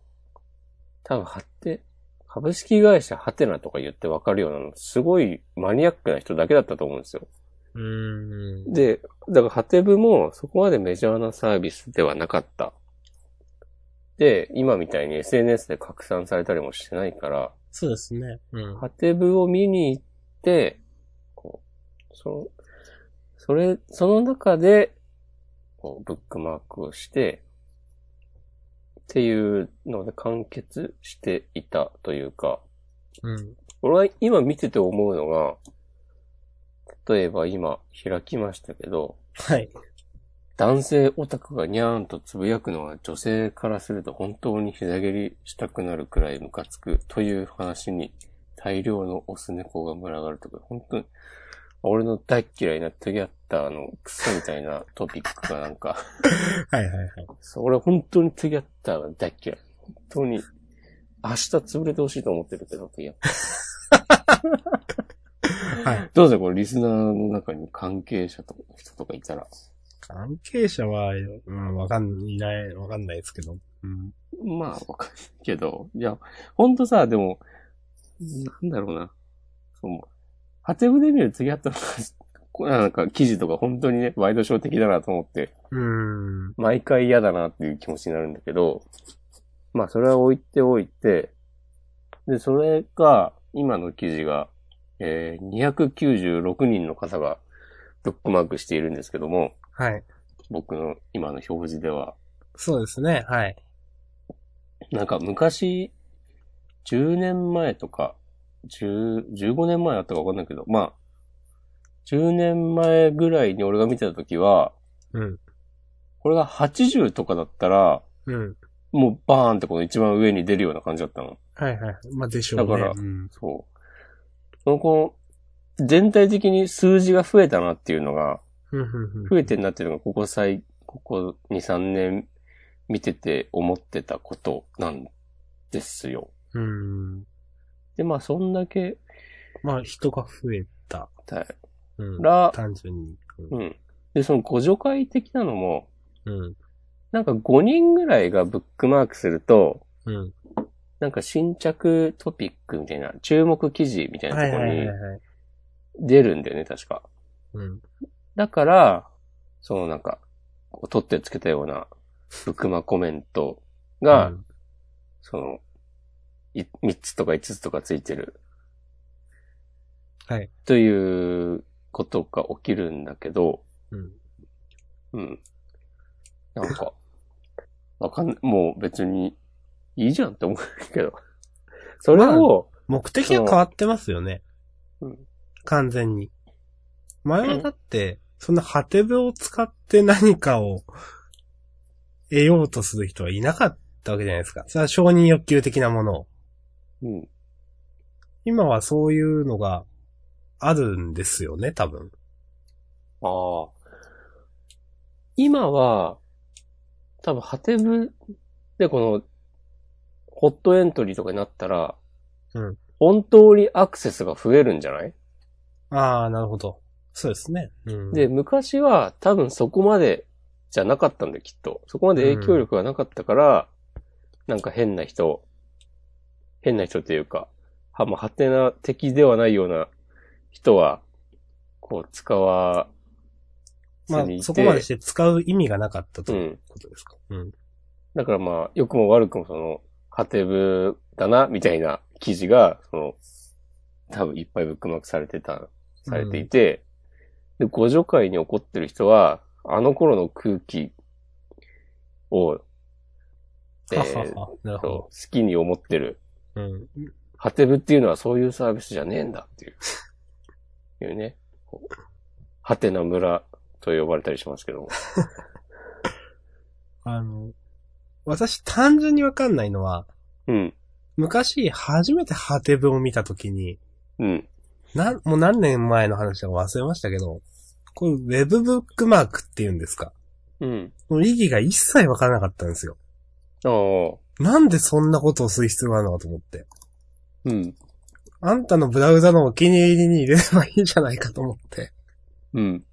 Speaker 2: 多分、はて、株式会社ハテナとか言ってわかるようなの、すごいマニアックな人だけだったと思うんですよ。
Speaker 1: うーん。
Speaker 2: で、だからハテブもそこまでメジャーなサービスではなかった。で、今みたいに SNS で拡散されたりもしてないから、
Speaker 1: そうですね。うん。
Speaker 2: ハテブを見に行って、こう、その、それ、その中で、こう、ブックマークをして、っていうので完結していたというか、
Speaker 1: うん。
Speaker 2: 俺は今見てて思うのが、例えば今開きましたけど、
Speaker 1: はい。
Speaker 2: 男性オタクがにゃーんとつぶやくのは女性からすると本当に膝蹴りしたくなるくらいムカつくという話に大量のオス猫が群がるとか、本当に、俺の大っ嫌いなトゥギャッターのクソみたいなトピックがなんか、
Speaker 1: はいはいはい。
Speaker 2: そう俺本当にトゥギャッターが大っ嫌い。本当に、明日潰れてほしいと思ってるけど、トゥギャッタ ー。
Speaker 1: はい。
Speaker 2: どうぞこれリスナーの中に関係者とか人とかいたら、
Speaker 1: 関係者は、うん、わかん、いない、わかんないですけど。うん。
Speaker 2: まあ、わかんないけど、いや、ほんとさ、でも、なんだろうな。その、ハテブで見る次あったのが こなんか記事とか本当にね、ワイドショー的だなと思って、
Speaker 1: うーん。
Speaker 2: 毎回嫌だなっていう気持ちになるんだけど、まあそれは置いておいて、で、それが、今の記事が、えー、296人の方がブックマークしているんですけども、
Speaker 1: はい。
Speaker 2: 僕の今の表示では、
Speaker 1: そうですね。はい。
Speaker 2: なんか昔、10年前とか、10 15年前だったかわかんないけど、まあ、10年前ぐらいに俺が見てた時は、
Speaker 1: うん。
Speaker 2: これが80とかだったら、
Speaker 1: うん。
Speaker 2: もうバーンってこの一番上に出るような感じだったの。
Speaker 1: はいはい。まあ、でしょうね。
Speaker 2: だから
Speaker 1: うん。
Speaker 2: そう。そのこの、全体的に数字が増えたなっていうのが、
Speaker 1: ふんふんふん
Speaker 2: 増えてんなっていうのが、ここ最、ここ2、3年見てて思ってたことなんですよ。
Speaker 1: うん。
Speaker 2: で、まあ、そんだけ、
Speaker 1: まあ、人が増えた。
Speaker 2: だい
Speaker 1: うん。
Speaker 2: ら
Speaker 1: 単純に。う
Speaker 2: うん。で、その互助会的なのも、
Speaker 1: ん。うん。
Speaker 2: なんか5人ぐらいがブックマークすると、
Speaker 1: うん。
Speaker 2: なんか新着トピックみたいな、注目記事みたい
Speaker 1: は
Speaker 2: ないとこ
Speaker 1: はいはい
Speaker 2: に
Speaker 1: はい。
Speaker 2: 出るんだよね、確か。
Speaker 1: うん。
Speaker 2: だから、そのなんか、こう取ってつけたような、ブックマコメントが、
Speaker 1: うん
Speaker 2: その、い3つとか5つとかついてる。
Speaker 1: はい。
Speaker 2: ということが起きるんだけど、
Speaker 1: うん。
Speaker 2: うん。なんか、 わかんない、もう別にいいじゃんって思うけど。それを、
Speaker 1: 目的が変わってますよね。
Speaker 2: うん
Speaker 1: 完全に。前はだって、そんなハテブを使って何かを得ようとする人はいなかったわけじゃないですか。それは承認欲求的なものを。
Speaker 2: うん。
Speaker 1: 今はそういうのがあるんですよね、多分。
Speaker 2: ああ。今は、多分、ハテブでこの、ホットエントリーとかになったら、
Speaker 1: うん
Speaker 2: 本当にアクセスが増えるんじゃない、
Speaker 1: ああ、なるほど。そうですね。うん、
Speaker 2: で、昔は多分そこまでじゃなかったんだよ、きっと。そこまで影響力がなかったから、なんか変な人、変な人というか、は、まあ、はてな敵ではないような人は、こう、使わず
Speaker 1: まあ
Speaker 2: にいて、、
Speaker 1: そこまでして使う意味がなかったと
Speaker 2: う。
Speaker 1: いうんことですか。うん。
Speaker 2: だからまあ、良くも悪くもその、ハテブだな、みたいな記事が、その、多分いっぱいブックマークされてた、されていて、で、互助会に起こってる人は、あの頃の空気を、えー
Speaker 1: ははは。なるほど。
Speaker 2: そう好きに思ってる。
Speaker 1: うん。
Speaker 2: ハテブっていうのはそういうサービスじゃねえんだっていう、いうね、こうハテな村と呼ばれたりしますけども。
Speaker 1: あの、私単純にわかんないのは、
Speaker 2: うん、
Speaker 1: 昔初めてハテブを見たときに、
Speaker 2: うん、
Speaker 1: なん、もう何年前の話だか忘れましたけど、こういうウェブブックマークっていうんですか。
Speaker 2: うん。
Speaker 1: の意義が一切わからなかったんですよ。
Speaker 2: ああ、
Speaker 1: なんでそんなことをする必要があるのかと思って。
Speaker 2: うん、
Speaker 1: あんたのブラウザのお気に入りに入れればいいじゃないかと思って。
Speaker 2: うん。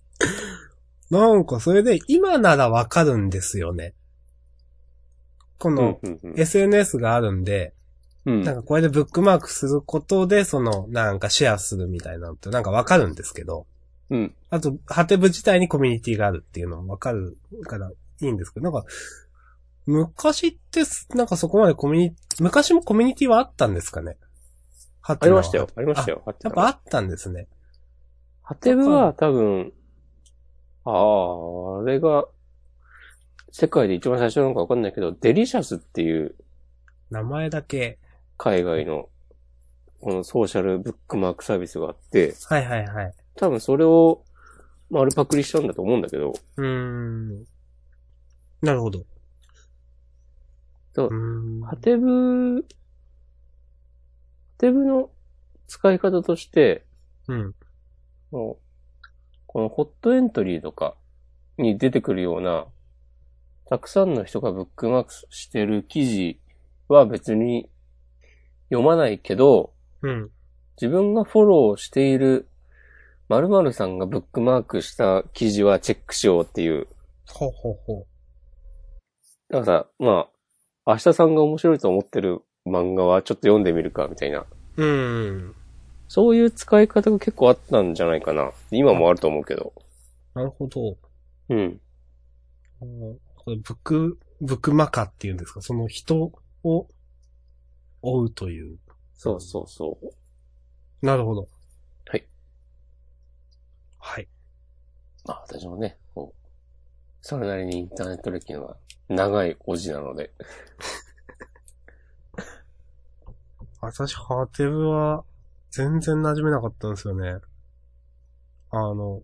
Speaker 1: なんかそれで今ならわかるんですよね。こ
Speaker 2: うん
Speaker 1: の、
Speaker 2: うんうん
Speaker 1: SNS があるんで、
Speaker 2: うん
Speaker 1: なんかこれでブックマークすることで、その、なんかシェアするみたいなのってなんかわかるんですけど、
Speaker 2: うん。
Speaker 1: あと、ハテブ自体にコミュニティがあるっていうのもわかるからいいんですけど、なんか、昔ってす、なんかそこまでコミュニ、昔もコミュニティはあったんですかねハ
Speaker 2: あ
Speaker 1: テ
Speaker 2: り
Speaker 1: ブは
Speaker 2: ましたよ。。ありましたよ。ハテ
Speaker 1: やっぱあったんですね。
Speaker 2: ハテブは多分、ああ、あれが、世界で一番最初なのかわかんないけど、デリシャスっていう
Speaker 1: 名前だけ。
Speaker 2: 海外の、このソーシャルブックマークサービスがあって、
Speaker 1: はいはいはい。
Speaker 2: 多分それを丸パクリしたんだと思うんだけど、
Speaker 1: うーん。なるほど。
Speaker 2: そう
Speaker 1: ーん。
Speaker 2: ハテブ、ハテブの使い方として、
Speaker 1: うん。
Speaker 2: そのこのホットエントリーとかに出てくるような、たくさんの人がブックマークしてる記事は別に読まないけど、
Speaker 1: うん。
Speaker 2: 自分がフォローしている〇〇さんがブックマークした記事はチェックしようっていう。
Speaker 1: ほうほうほ
Speaker 2: だからさ、まあ、明日さんが面白いと思ってる漫画はちょっと読んでみるかみたいな。
Speaker 1: う。うん。
Speaker 2: そういう使い方が結構あったんじゃないかな。今もあると思うけど。
Speaker 1: なるほど。
Speaker 2: うん。
Speaker 1: うんこれ、ブック、ブックマカっていうんですかその人を追うという。
Speaker 2: そうそうそう。
Speaker 1: なるほど。
Speaker 2: はい。
Speaker 1: はい。
Speaker 2: まあ私もね、こう、それなりにインターネット歴のは長いおじなので。
Speaker 1: 私、ハーテブは全然馴染めなかったんですよね。あの、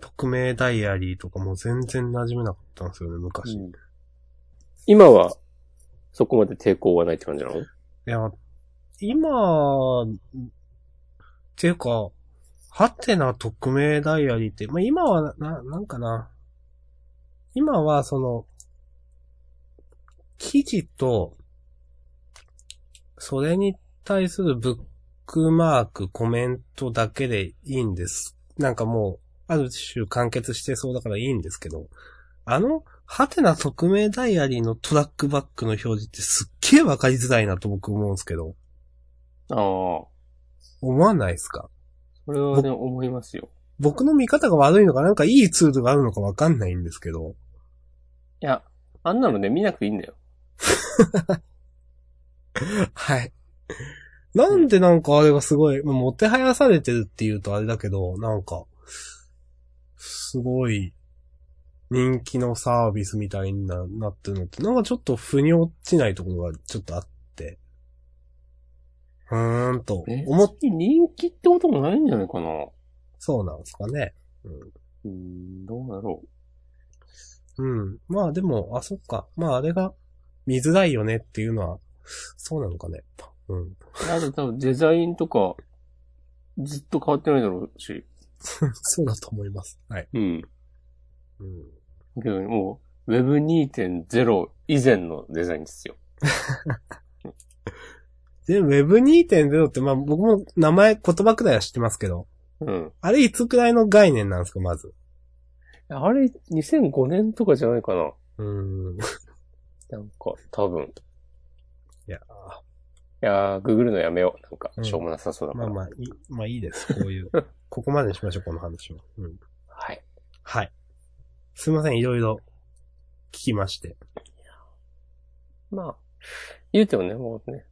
Speaker 1: 匿名ダイアリーとかも全然馴染めなかったんですよね、昔。い
Speaker 2: 今は、そこまで抵抗はないって感じなの
Speaker 1: や、今、っていうか、ハテナ匿名ダイアリーって、まあ、今はな、なんかな。今は、その、記事と、それに対するブックマーク、コメントだけでいいんです。なんかもう、ある種完結してそうだからいいんですけど、あの、ハテナ匿名ダイアリーのトラックバックの表示ってすっげえわかりづらいなと僕思うんですけど、
Speaker 2: ああ。
Speaker 1: 思わないですか
Speaker 2: それはね、思いますよ。
Speaker 1: 僕の見方が悪いのか、なんかいいツールがあるのかわかんないんですけど。
Speaker 2: いや、あんなのね、見なくていいんだよ。
Speaker 1: はい。なんでなんかあれがすごい、まあもてはやされてるっていうとあれだけど、なんか、すごい、人気のサービスみたいにななってるのって、なんかちょっと腑に落ちないところがちょっとあって、うーんと、思っ、
Speaker 2: 人気ってこともないんじゃないかな。
Speaker 1: そうなんですかね。
Speaker 2: うーん、どうだろ
Speaker 1: うん。まあでも、あ、そっか。まああれが見づらいよねっていうのは、そうなのかね。うん。
Speaker 2: う。あと多分デザインとか、ずっと変わってないだろうし。
Speaker 1: そうだと思います。はい。
Speaker 2: うん。
Speaker 1: うん、
Speaker 2: けどもう、Web2.0 以前のデザインですよ。
Speaker 1: で、Web2.0 って、まあ僕も名前、言葉くらいは知ってますけど、
Speaker 2: うん。
Speaker 1: あれいつくらいの概念なんですか、まず。
Speaker 2: あれ、2005年とかじゃないかな。
Speaker 1: う ーん。い
Speaker 2: なんか、多分。い
Speaker 1: や
Speaker 2: やー、ググるのやめよう。なんか
Speaker 1: う、ん
Speaker 2: しょうもなさそうだ
Speaker 1: ー、
Speaker 2: か
Speaker 1: まあまあ、
Speaker 2: ら。
Speaker 1: いい、まあいいです。こういう。 ここまでにしましょう、この話は。うん。
Speaker 2: はい。
Speaker 1: はい。すいません、いろいろ聞きまして。
Speaker 2: まあ、言うてもね、もうね、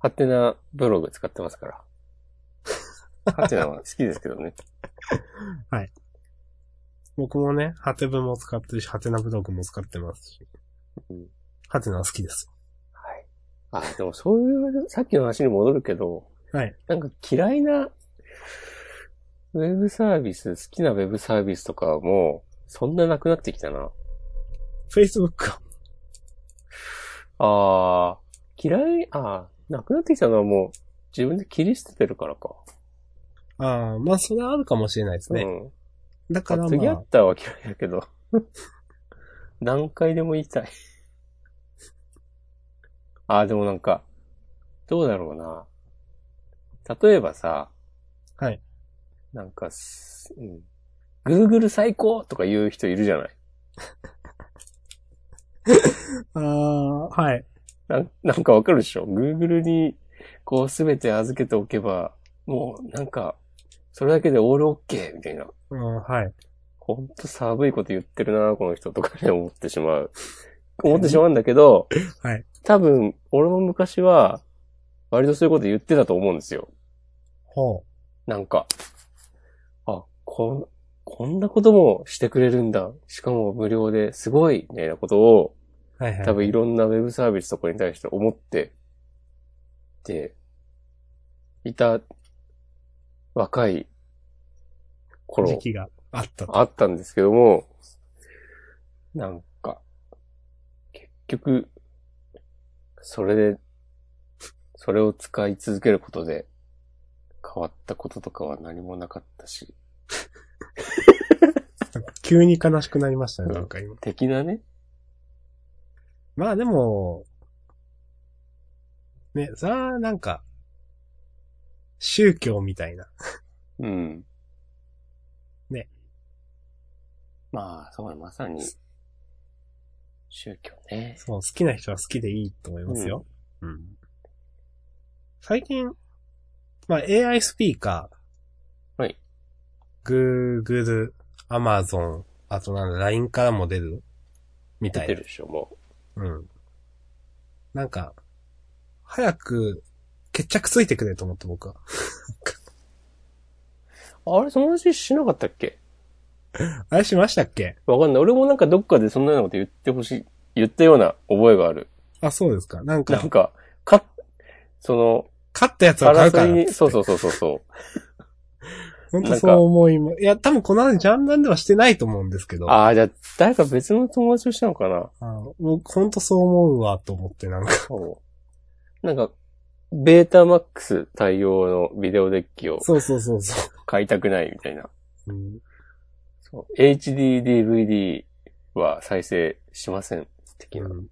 Speaker 2: ハテナブログ使ってます から。ハテナは好きですけどね。
Speaker 1: 僕もね、ハテブも使ってるし、ハテナブログも使ってますし
Speaker 2: うん。
Speaker 1: ハテナは好きです。
Speaker 2: はい。あ、でもそういう、さっきの話に戻るけど、
Speaker 1: はい。
Speaker 2: なんか嫌いな、ウェブサービス、好きなウェブサービスとかはもう、そんななくなってきたな。
Speaker 1: Facebook は
Speaker 2: あー、嫌い、あー、なくなってきたのはもう、自分で切り捨ててるからか。
Speaker 1: ああ、まあそれはあるかもしれないですね。
Speaker 2: うん。
Speaker 1: だから
Speaker 2: まあ、トゥギ
Speaker 1: ま
Speaker 2: ャ
Speaker 1: あ
Speaker 2: ッ、ターは嫌いだけど、 何回でも言い たい。あー、でもなんか、どうだろうな。例えばさ、
Speaker 1: はい。
Speaker 2: なんかす、うん。Google 最高とか言う人いるじゃない
Speaker 1: ああ、はい。
Speaker 2: なんなんかわかるでしょ ?Google に、こうすべて預けておけば、もうなんか、それだけでオールオッケーみたいな。
Speaker 1: うん、はい。
Speaker 2: ほんと寒いこと言ってるな、この人とかね、思ってしまう。思ってしまうんだけど、
Speaker 1: はい
Speaker 2: 多分、俺も昔は、割とそういうこと言ってたと思うんですよ。
Speaker 1: ほ
Speaker 2: なんか、あ、こん、こんなこともしてくれるんだ。しかも無料ですごい、みたいなことを、
Speaker 1: う。はいはい。
Speaker 2: 多分いろんなウェブサービスとかに対して思って、で、いた若い頃
Speaker 1: 時期があったと。
Speaker 2: あったんですけども、なんか、局、それで、それを使い続けることで、変わったこととかは何もなかったし、
Speaker 1: なんか急に悲しくなりました
Speaker 2: う
Speaker 1: ね、
Speaker 2: ん
Speaker 1: なんか今。
Speaker 2: 的なね。
Speaker 1: まあでも、ね、さあ、なんか、宗教みたいな。
Speaker 2: うん。
Speaker 1: ね。
Speaker 2: まあ、そうだね、まさに、宗教ね。
Speaker 1: そう、好きな人は好きでいいと思いますよ。うん。最近、まあ AI スピーカー。
Speaker 2: はい。
Speaker 1: Google、Amazon、あとなんだ、LINE からも出るみた
Speaker 2: 出
Speaker 1: い
Speaker 2: て
Speaker 1: な。
Speaker 2: るでしょ、も
Speaker 1: うん。なんか、早く、決着ついてくれと思って僕は。
Speaker 2: う。あれ、その話しなかったっけ
Speaker 1: あれしましたっけ
Speaker 2: わかんない。俺もなんかどっかでそんなようなこと言ってほしい、言ったような覚えがある。
Speaker 1: あ、そうですか。なん
Speaker 2: な
Speaker 1: か
Speaker 2: ん、か、か、その、
Speaker 1: 勝ったやつは買うからっつって。
Speaker 2: そうそうそうそうそ
Speaker 1: 本当そう思います。いや、多分この話ジャンダンではしてないと思うんですけ
Speaker 2: う。
Speaker 1: ど。
Speaker 2: ああ、じゃあ、誰か別の友達をしたのかな
Speaker 1: あの僕、本当そう思うわ、と思って、なんか。
Speaker 2: そう。なんか、ベータマックス対応のビデオデッキを
Speaker 1: そうそうそうそ
Speaker 2: 買いたくないみたいな。
Speaker 1: う。うん、
Speaker 2: そう。HDDVD は再生しません。的な。
Speaker 1: うん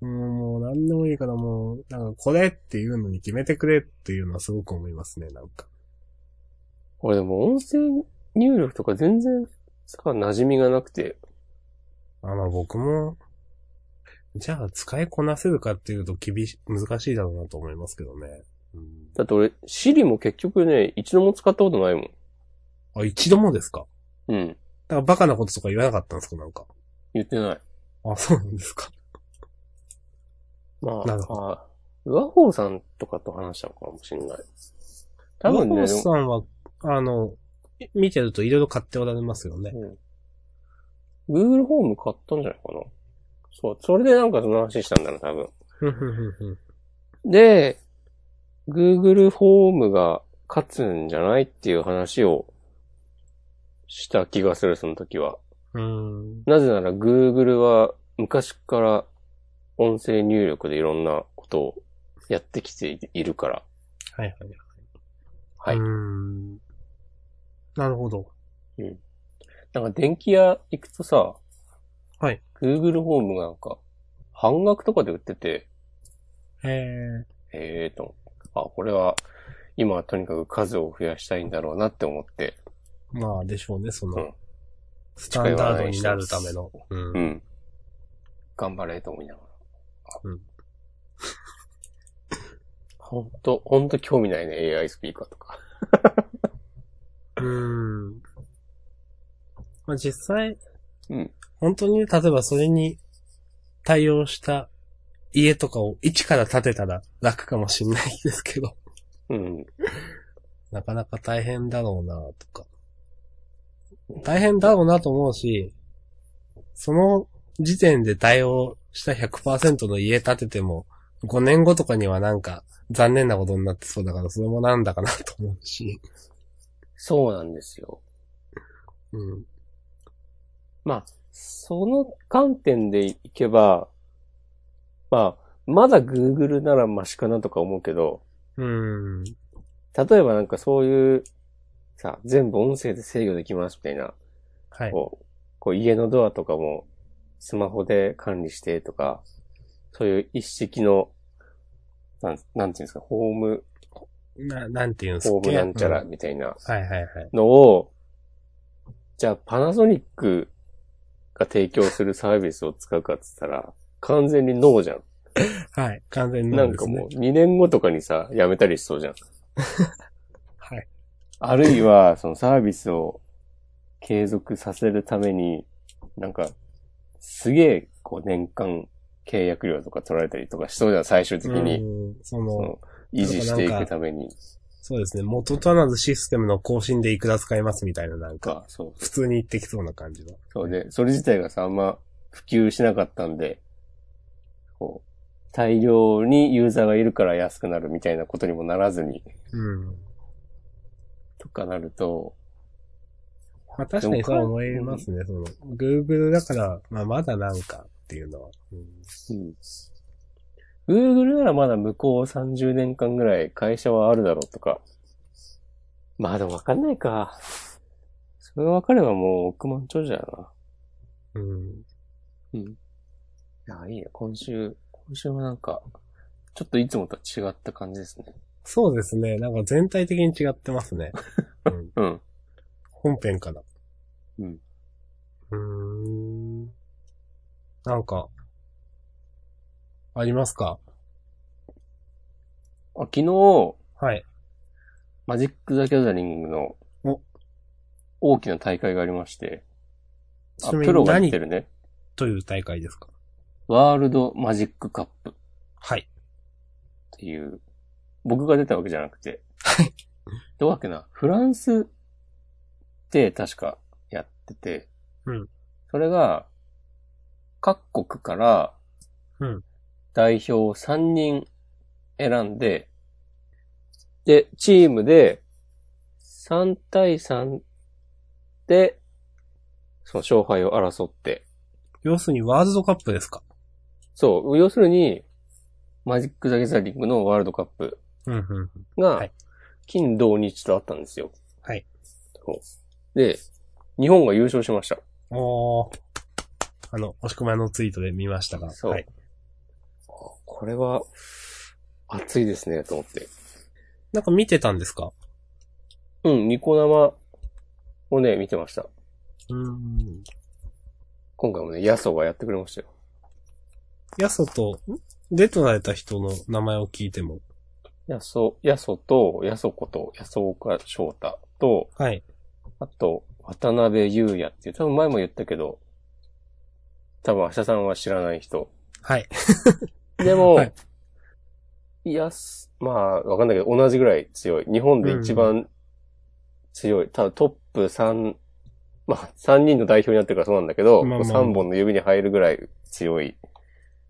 Speaker 1: もう、何でもいいから、もう、なんか、これっていうのに決めてくれっていうのはすごく思いますね、なんか。
Speaker 2: 俺でも音声入力とか全然さ、馴染みがなくて。
Speaker 1: あ、まあ僕も、じゃあ、使いこなせるかっていうと、厳し、難しいだろうなと思いますけどね。うん、
Speaker 2: だって俺、Siri も結局ね、一度も使ったことないもん。
Speaker 1: あ、一度もですか
Speaker 2: うん。
Speaker 1: なんか、バカなこととか言わなかったんですか、なんか。
Speaker 2: 言ってない。
Speaker 1: あ、そうなんですか。
Speaker 2: ま
Speaker 1: なるほ
Speaker 2: あ、あ和宝さんとかと話したのかもしれない。多分ね、
Speaker 1: 和光さんは、あの、い見てるといろいろ買っておられますよね。
Speaker 2: うん Google ホーム買ったんじゃないかな。そう、それでなんかその話したんだな、多分。
Speaker 1: ふんふんふんふん
Speaker 2: で、Google ホームが勝つんじゃないっていう話をした気がする、その時は。
Speaker 1: うーん。
Speaker 2: なぜなら Google は昔から音声入力でいろんなことをやってきているから。
Speaker 1: はいはい。
Speaker 2: はい。
Speaker 1: うーん。なるほど。
Speaker 2: なんか電気屋行くとさ、
Speaker 1: はい。
Speaker 2: Google ホームがなんか、半額とかで売ってて、
Speaker 1: え
Speaker 2: ええと思って、あ、これは、今はとにかく数を増やしたいんだろうなって思って、
Speaker 1: ー、まあでしょうね、その、
Speaker 2: うん
Speaker 1: スタンダードになるための。うん
Speaker 2: う。ん。頑張れと思いながら。あ
Speaker 1: うん。
Speaker 2: ほんと、ほんと興味ないね、AI スピーカーとか。
Speaker 1: うーん。まあ実際、
Speaker 2: うん
Speaker 1: 本当にね、例えばそれに対応した家とかを一から建てたら楽かもしれないですけど、
Speaker 2: うん。
Speaker 1: なかなか大変だろうなとか。大変だろうなと思うし、その時点で対応した100%の家建てても、5年後とかにはなんか残念なことになってそうだから、それもなんだかなと思うし。
Speaker 2: そうなんですよ。
Speaker 1: うん。
Speaker 2: まあ、その観点でいけば、まあ、まだ Google ならマシかなとか思うけど、
Speaker 1: うん。
Speaker 2: 例えばなんかそういう、さ、全部音声で制御できますみたいな、
Speaker 1: はい。
Speaker 2: こう、こう家のドアとかもスマホで管理してとか、そういう一式の、なん、なんていうんですか、ホーム、
Speaker 1: な、なんていうんです
Speaker 2: ホームなんちゃら
Speaker 1: うん
Speaker 2: みたいな
Speaker 1: はいはいはい。
Speaker 2: のを、じゃあパナソニックが提供するサービスを使うかって言ったら、完全にノーじゃん。
Speaker 1: はい。完全に
Speaker 2: な
Speaker 1: ノー
Speaker 2: ん
Speaker 1: で
Speaker 2: か
Speaker 1: すね
Speaker 2: もう2年後とかにさ、やめたりしそうじゃん。
Speaker 1: はい。
Speaker 2: あるいは、そのサービスを継続させるために、なんか、すげえ、こう年間契約料とか取られたりとかしそうじゃん、最終的に。
Speaker 1: うんそ
Speaker 2: そ
Speaker 1: の、
Speaker 2: の維持していくために。
Speaker 1: そうですね。元となずシステムの更新でいくら使えますみたいな、なんか、
Speaker 2: か、そう。
Speaker 1: 普通に言ってきそうな感じの。
Speaker 2: そうで、それ自体がさ、あんま普及しなかったんで、こう、大量にユーザーがいるから安くなるみたいなことにもならずに、
Speaker 1: うん。
Speaker 2: とかなると、
Speaker 1: まあ確かにそう思いますね。その、Google だから、まあまだなんか、っていうのは。うん
Speaker 2: うん。Google ならまだ向こう30年間ぐらい会社はあるだろうとか。まあでもわかんないか。それがわかればもう億万長者だ
Speaker 1: う
Speaker 2: な。
Speaker 1: ん。
Speaker 2: うん。いや、いいよ。今週、今週はなんか、ちょっといつもとは違った感じですね。
Speaker 1: そうですね。なんか全体的に違ってますね。うん、
Speaker 2: うん。
Speaker 1: 本編から。
Speaker 2: うん。
Speaker 1: うーん。なんか、ありますか
Speaker 2: あ、昨日、
Speaker 1: はい。
Speaker 2: マジック・ザ・ギャザリングの
Speaker 1: お
Speaker 2: 大きな大会がありまして、あ、
Speaker 1: ちなみに
Speaker 2: プロが出て
Speaker 1: 何
Speaker 2: るね。
Speaker 1: という大会ですか
Speaker 2: ワールド・マジック・カップっ
Speaker 1: はい。
Speaker 2: ていう、僕が出たわけじゃなくて。どうわけな、フランスで確かやってて、
Speaker 1: うん
Speaker 2: それが、各国から
Speaker 1: うん、
Speaker 2: 代表3人選んで、で、チームで、3対3で、その勝敗を争って、
Speaker 1: 要するにワールドカップですか
Speaker 2: そう、要するに、マジック・ザ・ギャザリングのワールドカップ
Speaker 1: うん、うん。は
Speaker 2: が
Speaker 1: い、
Speaker 2: 金、土、日とあったんですよ。
Speaker 1: はい
Speaker 2: そう。で、日本が優勝しました。
Speaker 1: おー。あの、押し込まのツイートで見ましたが。
Speaker 2: そう
Speaker 1: はい。
Speaker 2: これは、熱いですね、と思って。
Speaker 1: なんか見てたんですか
Speaker 2: うん、ニコ生をね、見てました。
Speaker 1: うーん。
Speaker 2: 今回もね、ヤソがやってくれましたよ。
Speaker 1: ヤソと、出とられた人の名前を聞いても。
Speaker 2: ヤソ、ヤソと、ヤソこと、ヤソ岡翔太と、
Speaker 1: はい。
Speaker 2: あと、渡辺優也っていう、多分前も言ったけど、多分明日さんは知らない人。
Speaker 1: はい。
Speaker 2: でも、
Speaker 1: はい
Speaker 2: い、やす、まあ、わかんないけど、同じぐらい強い。日本で一番強い。多分トップ3、まあ、3人の代表になってるからそうなんだけど、
Speaker 1: まあまあ
Speaker 2: 3本の指に入るぐらい強い。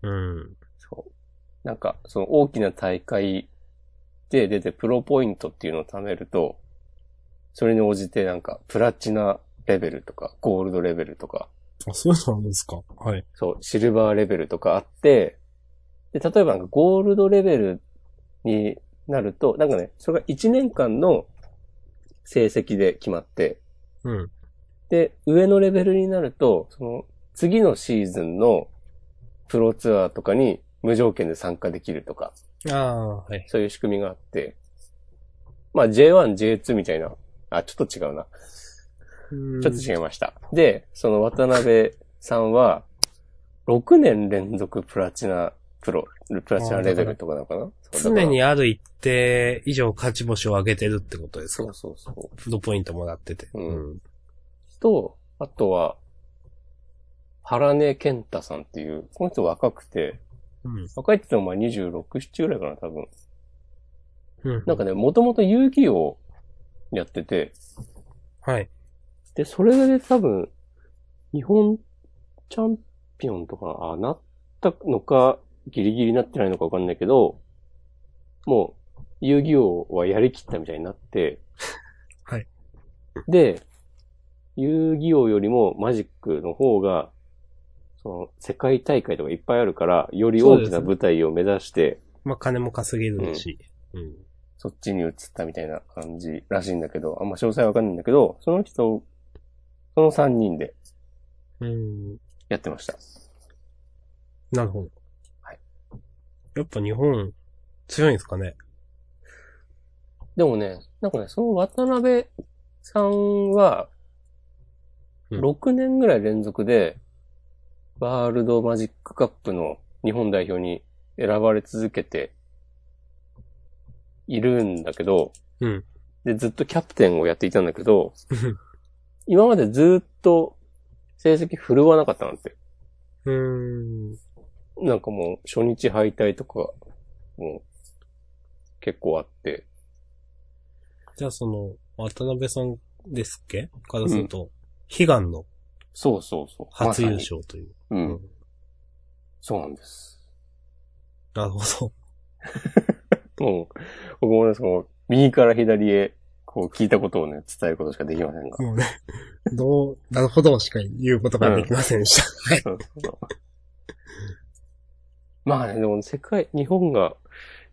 Speaker 1: うん。
Speaker 2: そう。なんか、その大きな大会で出てプロポイントっていうのを貯めると、それに応じてなんか、プラチナレベルとか、ゴールドレベルとか、
Speaker 1: あ、そういうのあるんですかはい。
Speaker 2: そう、シルバーレベルとかあって、で、例えばなんかゴールドレベルになると、なんかね、それが1年間の成績で決まって、
Speaker 1: うん。
Speaker 2: で、上のレベルになると、その次のシーズンのプロツアーとかに無条件で参加できるとか、
Speaker 1: ああ、はい。
Speaker 2: そういう仕組みがあって、まあ J1、J2 みたいな、あ、ちょっと違うな。
Speaker 1: うーん
Speaker 2: ちょっと違いました。で、その渡辺さんは、6年連続プラチナプロ、プラチナレベルとかなのかなそうだ
Speaker 1: 常
Speaker 2: から
Speaker 1: にある一定以上勝ち星を上げてるってことです
Speaker 2: そ
Speaker 1: か
Speaker 2: うそうそ
Speaker 1: プロポイントもらってて。
Speaker 2: うんう。と、あとは、原根健太さんっていう、この人若くて、
Speaker 1: うん。
Speaker 2: 若いって言ってもまあ26、7ぐらいかな、多分。
Speaker 1: うん。
Speaker 2: なんかね、もともと遊戯王をやってて、
Speaker 1: はい。
Speaker 2: で、それで多分、日本チャンピオンとか、あ、なったのか、ギリギリなってないのかわかんないけど、もう、遊戯王はやりきったみたいになって、
Speaker 1: はい。
Speaker 2: で、遊戯王よりもマジックの方が、その、世界大会とかいっぱいあるから、より大きな舞台を目指して、
Speaker 1: まあ、金も稼げるし。うん。
Speaker 2: そっちに移ったみたいな感じらしいんだけど、あんま詳細わかんないんだけど、その人、その3人で
Speaker 1: うん。
Speaker 2: やってました。
Speaker 1: なるほど。
Speaker 2: はい。
Speaker 1: やっぱ日本、強いんですかね
Speaker 2: でもね、なんかね、その渡辺さんは、
Speaker 1: うん
Speaker 2: 6年ぐらい連続で、ワールドマジックカップの日本代表に選ばれ続けているんだけど、
Speaker 1: うん
Speaker 2: で、ずっとキャプテンをやっていたんだけど、今までずっと成績振るわなかったなんて。
Speaker 1: うーん。
Speaker 2: なんかもう初日敗退とか、もう結構あって、
Speaker 1: じゃあその、渡辺さんですっけからすると、悲願の
Speaker 2: そうそうそう。
Speaker 1: 初優勝という。
Speaker 2: まさに。う
Speaker 1: うん
Speaker 2: ん。そうなんです。
Speaker 1: なるほ
Speaker 2: もう、僕もね、その、右から左へ、こう聞いたことをね、伝えることしかできませんが
Speaker 1: ど。。もうね、 どう、なるほどしか言うことができませんでした。はい。
Speaker 2: そうそうまあね、でも世界、日本が、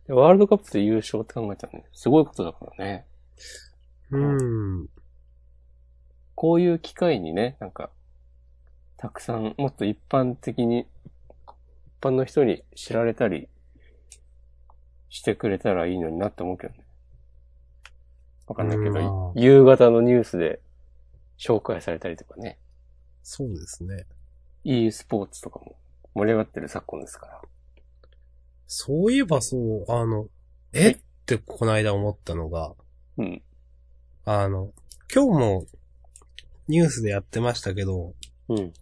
Speaker 2: ワールドカップで優勝って考えたらね、すごいことだからね。
Speaker 1: うん。
Speaker 2: こういう機会にね、なんか、たくさん、もっと一般的に、一般の人に知られたり、してくれたらいいのになって思うけどね。わかんないけど
Speaker 1: う、ん
Speaker 2: 夕方のニュースで紹介されたりとかね、
Speaker 1: そうですね。
Speaker 2: e スポーツとかも盛り上がってる昨今ですから。
Speaker 1: そういえばそう、あの、えってこの間思ったのが、
Speaker 2: うん。
Speaker 1: あの、今日もニュースでやってましたけど、
Speaker 2: うん。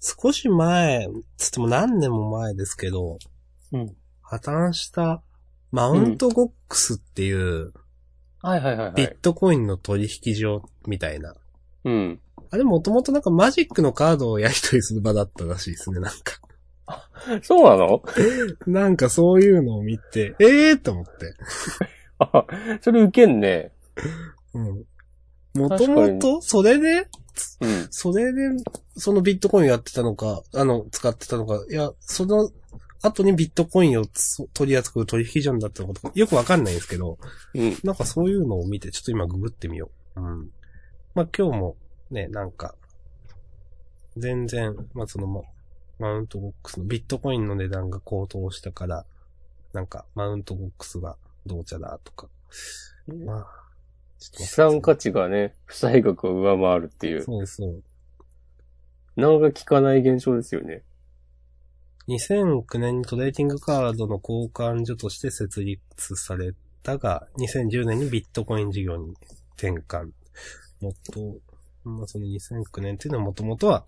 Speaker 1: 少し前、つっても何年も前ですけど、
Speaker 2: うん。
Speaker 1: 破綻したマウントゴックスっていう
Speaker 2: はいはいはいは
Speaker 1: ビッ
Speaker 2: い。
Speaker 1: トコインの取引所みたいな。
Speaker 2: うん。
Speaker 1: あれもともとなんかマジックのカードをやり取りする場だったらしいですね、なんか。
Speaker 2: そうなの
Speaker 1: なんかそういうのを見て、ええーと思って。
Speaker 2: あ、それ受けんね。
Speaker 1: うん。もとも
Speaker 2: 確か
Speaker 1: と、それで、
Speaker 2: うん。
Speaker 1: それで、そのビットコインをやってたのか、あの、使ってたのか、いや、その後にビットコインをつ取り扱う取引所になったのかとか、よくわかんないんですけど、
Speaker 2: うん。
Speaker 1: なんかそういうのを見て、ちょっと今ググってみよう。うん。まあ、今日も、ね、なんか、全然、まあ、その、まマウントボックスのビットコインの値段が高騰したから、なんか、マウントボックスがどうちゃだとか、まあ、ちょ
Speaker 2: 資
Speaker 1: っと待
Speaker 2: 産
Speaker 1: って
Speaker 2: 価値がね、負債額を上回るっていう、
Speaker 1: そうそう。
Speaker 2: なんか効かない現象ですよね。
Speaker 1: 2009年にトレーディングカードの交換所として設立されたが、2010年にビットコイン事業に転換。もっと、まあ、その2009年っていうのはもともとは、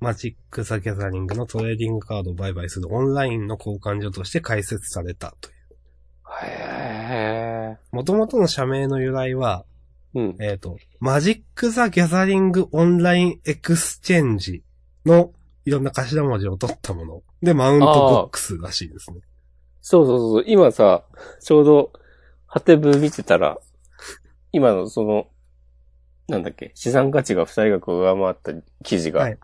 Speaker 1: マジック・ザ・ギャザリングのトレーディングカードを売買するオンラインの交換所として開設されたという。
Speaker 2: へ
Speaker 1: もともとの社名の由来は、
Speaker 2: え。うん。
Speaker 1: えっ、と、マジック・ザ・ギャザリング・オンライン・エクスチェンジのいろんな頭文字を取ったもの。で、マウントボックスらしいですね。
Speaker 2: そうそうそう。今さ、ちょうど、ハテブ見てたら、今のその、なんだっけ、資産価値が負債額を上回った記事
Speaker 1: は
Speaker 2: が
Speaker 1: い、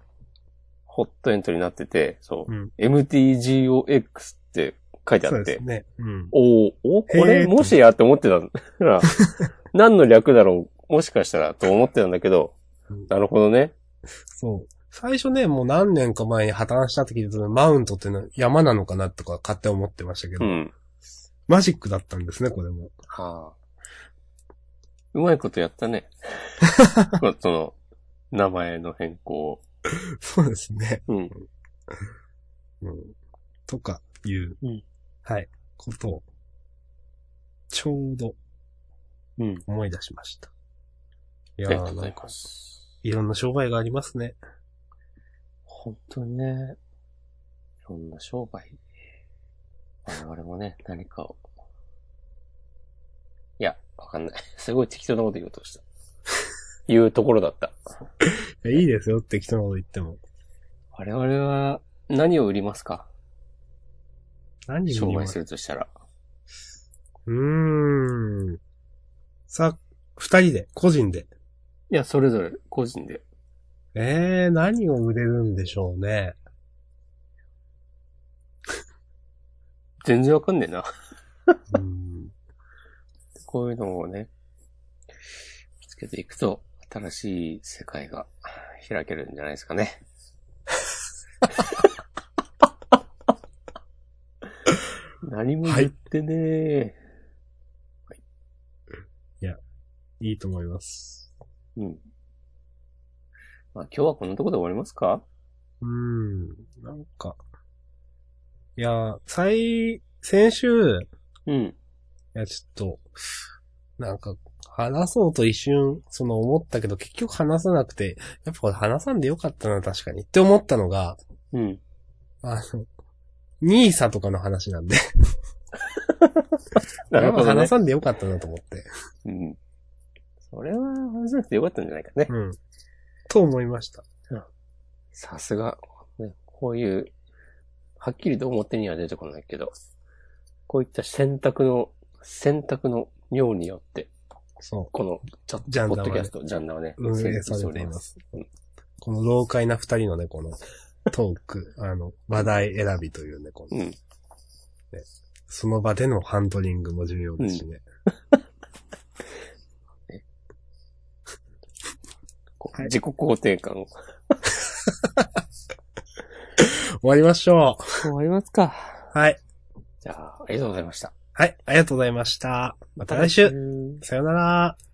Speaker 2: ホットエントになってて、そう、
Speaker 1: うん
Speaker 2: MTGOX って書いてあ
Speaker 1: そう
Speaker 2: っ
Speaker 1: で
Speaker 2: て
Speaker 1: す、ね。うん。
Speaker 2: おーお、こ
Speaker 1: へ
Speaker 2: れ
Speaker 1: ー
Speaker 2: もしやって思ってた ら、何の略だろうもしかしたらと思ってたんだけど
Speaker 1: うん、
Speaker 2: なるほどね。
Speaker 1: そう。最初ね、もう何年か前に破綻した時に、そのマウントっていうのは山なのかなとか勝手に思ってましたけど、
Speaker 2: うん。
Speaker 1: マジックだったんですね、これも。
Speaker 2: はあ、うまいことやったね。 まあその、名前の変更を。
Speaker 1: そうですね。
Speaker 2: うん。
Speaker 1: うん。とかいう、
Speaker 2: うん
Speaker 1: はい、ことを、ちょうど
Speaker 2: うん。
Speaker 1: 思い出しました。い
Speaker 2: あ
Speaker 1: や
Speaker 2: りがとう
Speaker 1: ー、な
Speaker 2: ござ
Speaker 1: ん
Speaker 2: い
Speaker 1: か
Speaker 2: ます。
Speaker 1: いろんな商売がありますね。
Speaker 2: 本当にね、いろんな商売。我々もね、何かを。いや、わかんない。 すごい適当なこと言おうとした。言うところだった。
Speaker 1: いやいいですよ、適当なこと言っても。
Speaker 2: 我々は何を売りますか
Speaker 1: 何に
Speaker 2: 商売す
Speaker 1: る
Speaker 2: るとしたら。
Speaker 1: うーん。さあ、二人で、個人で。
Speaker 2: いや、それぞれ、個人で。
Speaker 1: ええー、何を売れるんでしょうね。
Speaker 2: 全然わかんねえな。
Speaker 1: うん
Speaker 2: こういうのをね、見つけていくと、新しい世界が開けるんじゃないですか ね。何も言ってね
Speaker 1: いいと思います。
Speaker 2: え、うん。まあ今日はこんなとこで終わりますか
Speaker 1: うーん。なんか。いやー、最、先週、い
Speaker 2: うん。
Speaker 1: や、ちょっと、なんか、話そうと一瞬、その思ったけど、結局話さなくて、やっぱこれ話さんでよかったな、確かに。って思ったのが、
Speaker 2: うん。
Speaker 1: あの、ニーサとかの話なんで、
Speaker 2: なる
Speaker 1: やっ
Speaker 2: ほ
Speaker 1: ぱ
Speaker 2: どね
Speaker 1: 話。さんでよかったなと思って。
Speaker 2: うん。それは話さなくてよかったんじゃないかね。
Speaker 1: うん。と思いました。
Speaker 2: さすが、ね、こういう、はっきりと表には出てこないけど、こういった選択の、選択の妙によって、
Speaker 1: そう。
Speaker 2: この、チャ
Speaker 1: ジャン
Speaker 2: ポ
Speaker 1: ダーはね
Speaker 2: ッドキャスト、ジャンダーはね、
Speaker 1: 運
Speaker 2: 成
Speaker 1: 営
Speaker 2: 立
Speaker 1: さ
Speaker 2: して
Speaker 1: れ
Speaker 2: お
Speaker 1: て
Speaker 2: り
Speaker 1: い
Speaker 2: ま
Speaker 1: ますす。。この老快な二人のね、この、トーク、 あの、話題選びというね、この、
Speaker 2: うん。
Speaker 1: その場でのハンドリングも重要ですしね。
Speaker 2: こう
Speaker 1: はい
Speaker 2: 自己肯定感。
Speaker 1: 終わりましょう。
Speaker 2: 終わりますか。
Speaker 1: はい。
Speaker 2: じゃあ、ありがとうございました。
Speaker 1: はい、ありがとうございました。また来週。
Speaker 2: 週
Speaker 1: さよなら。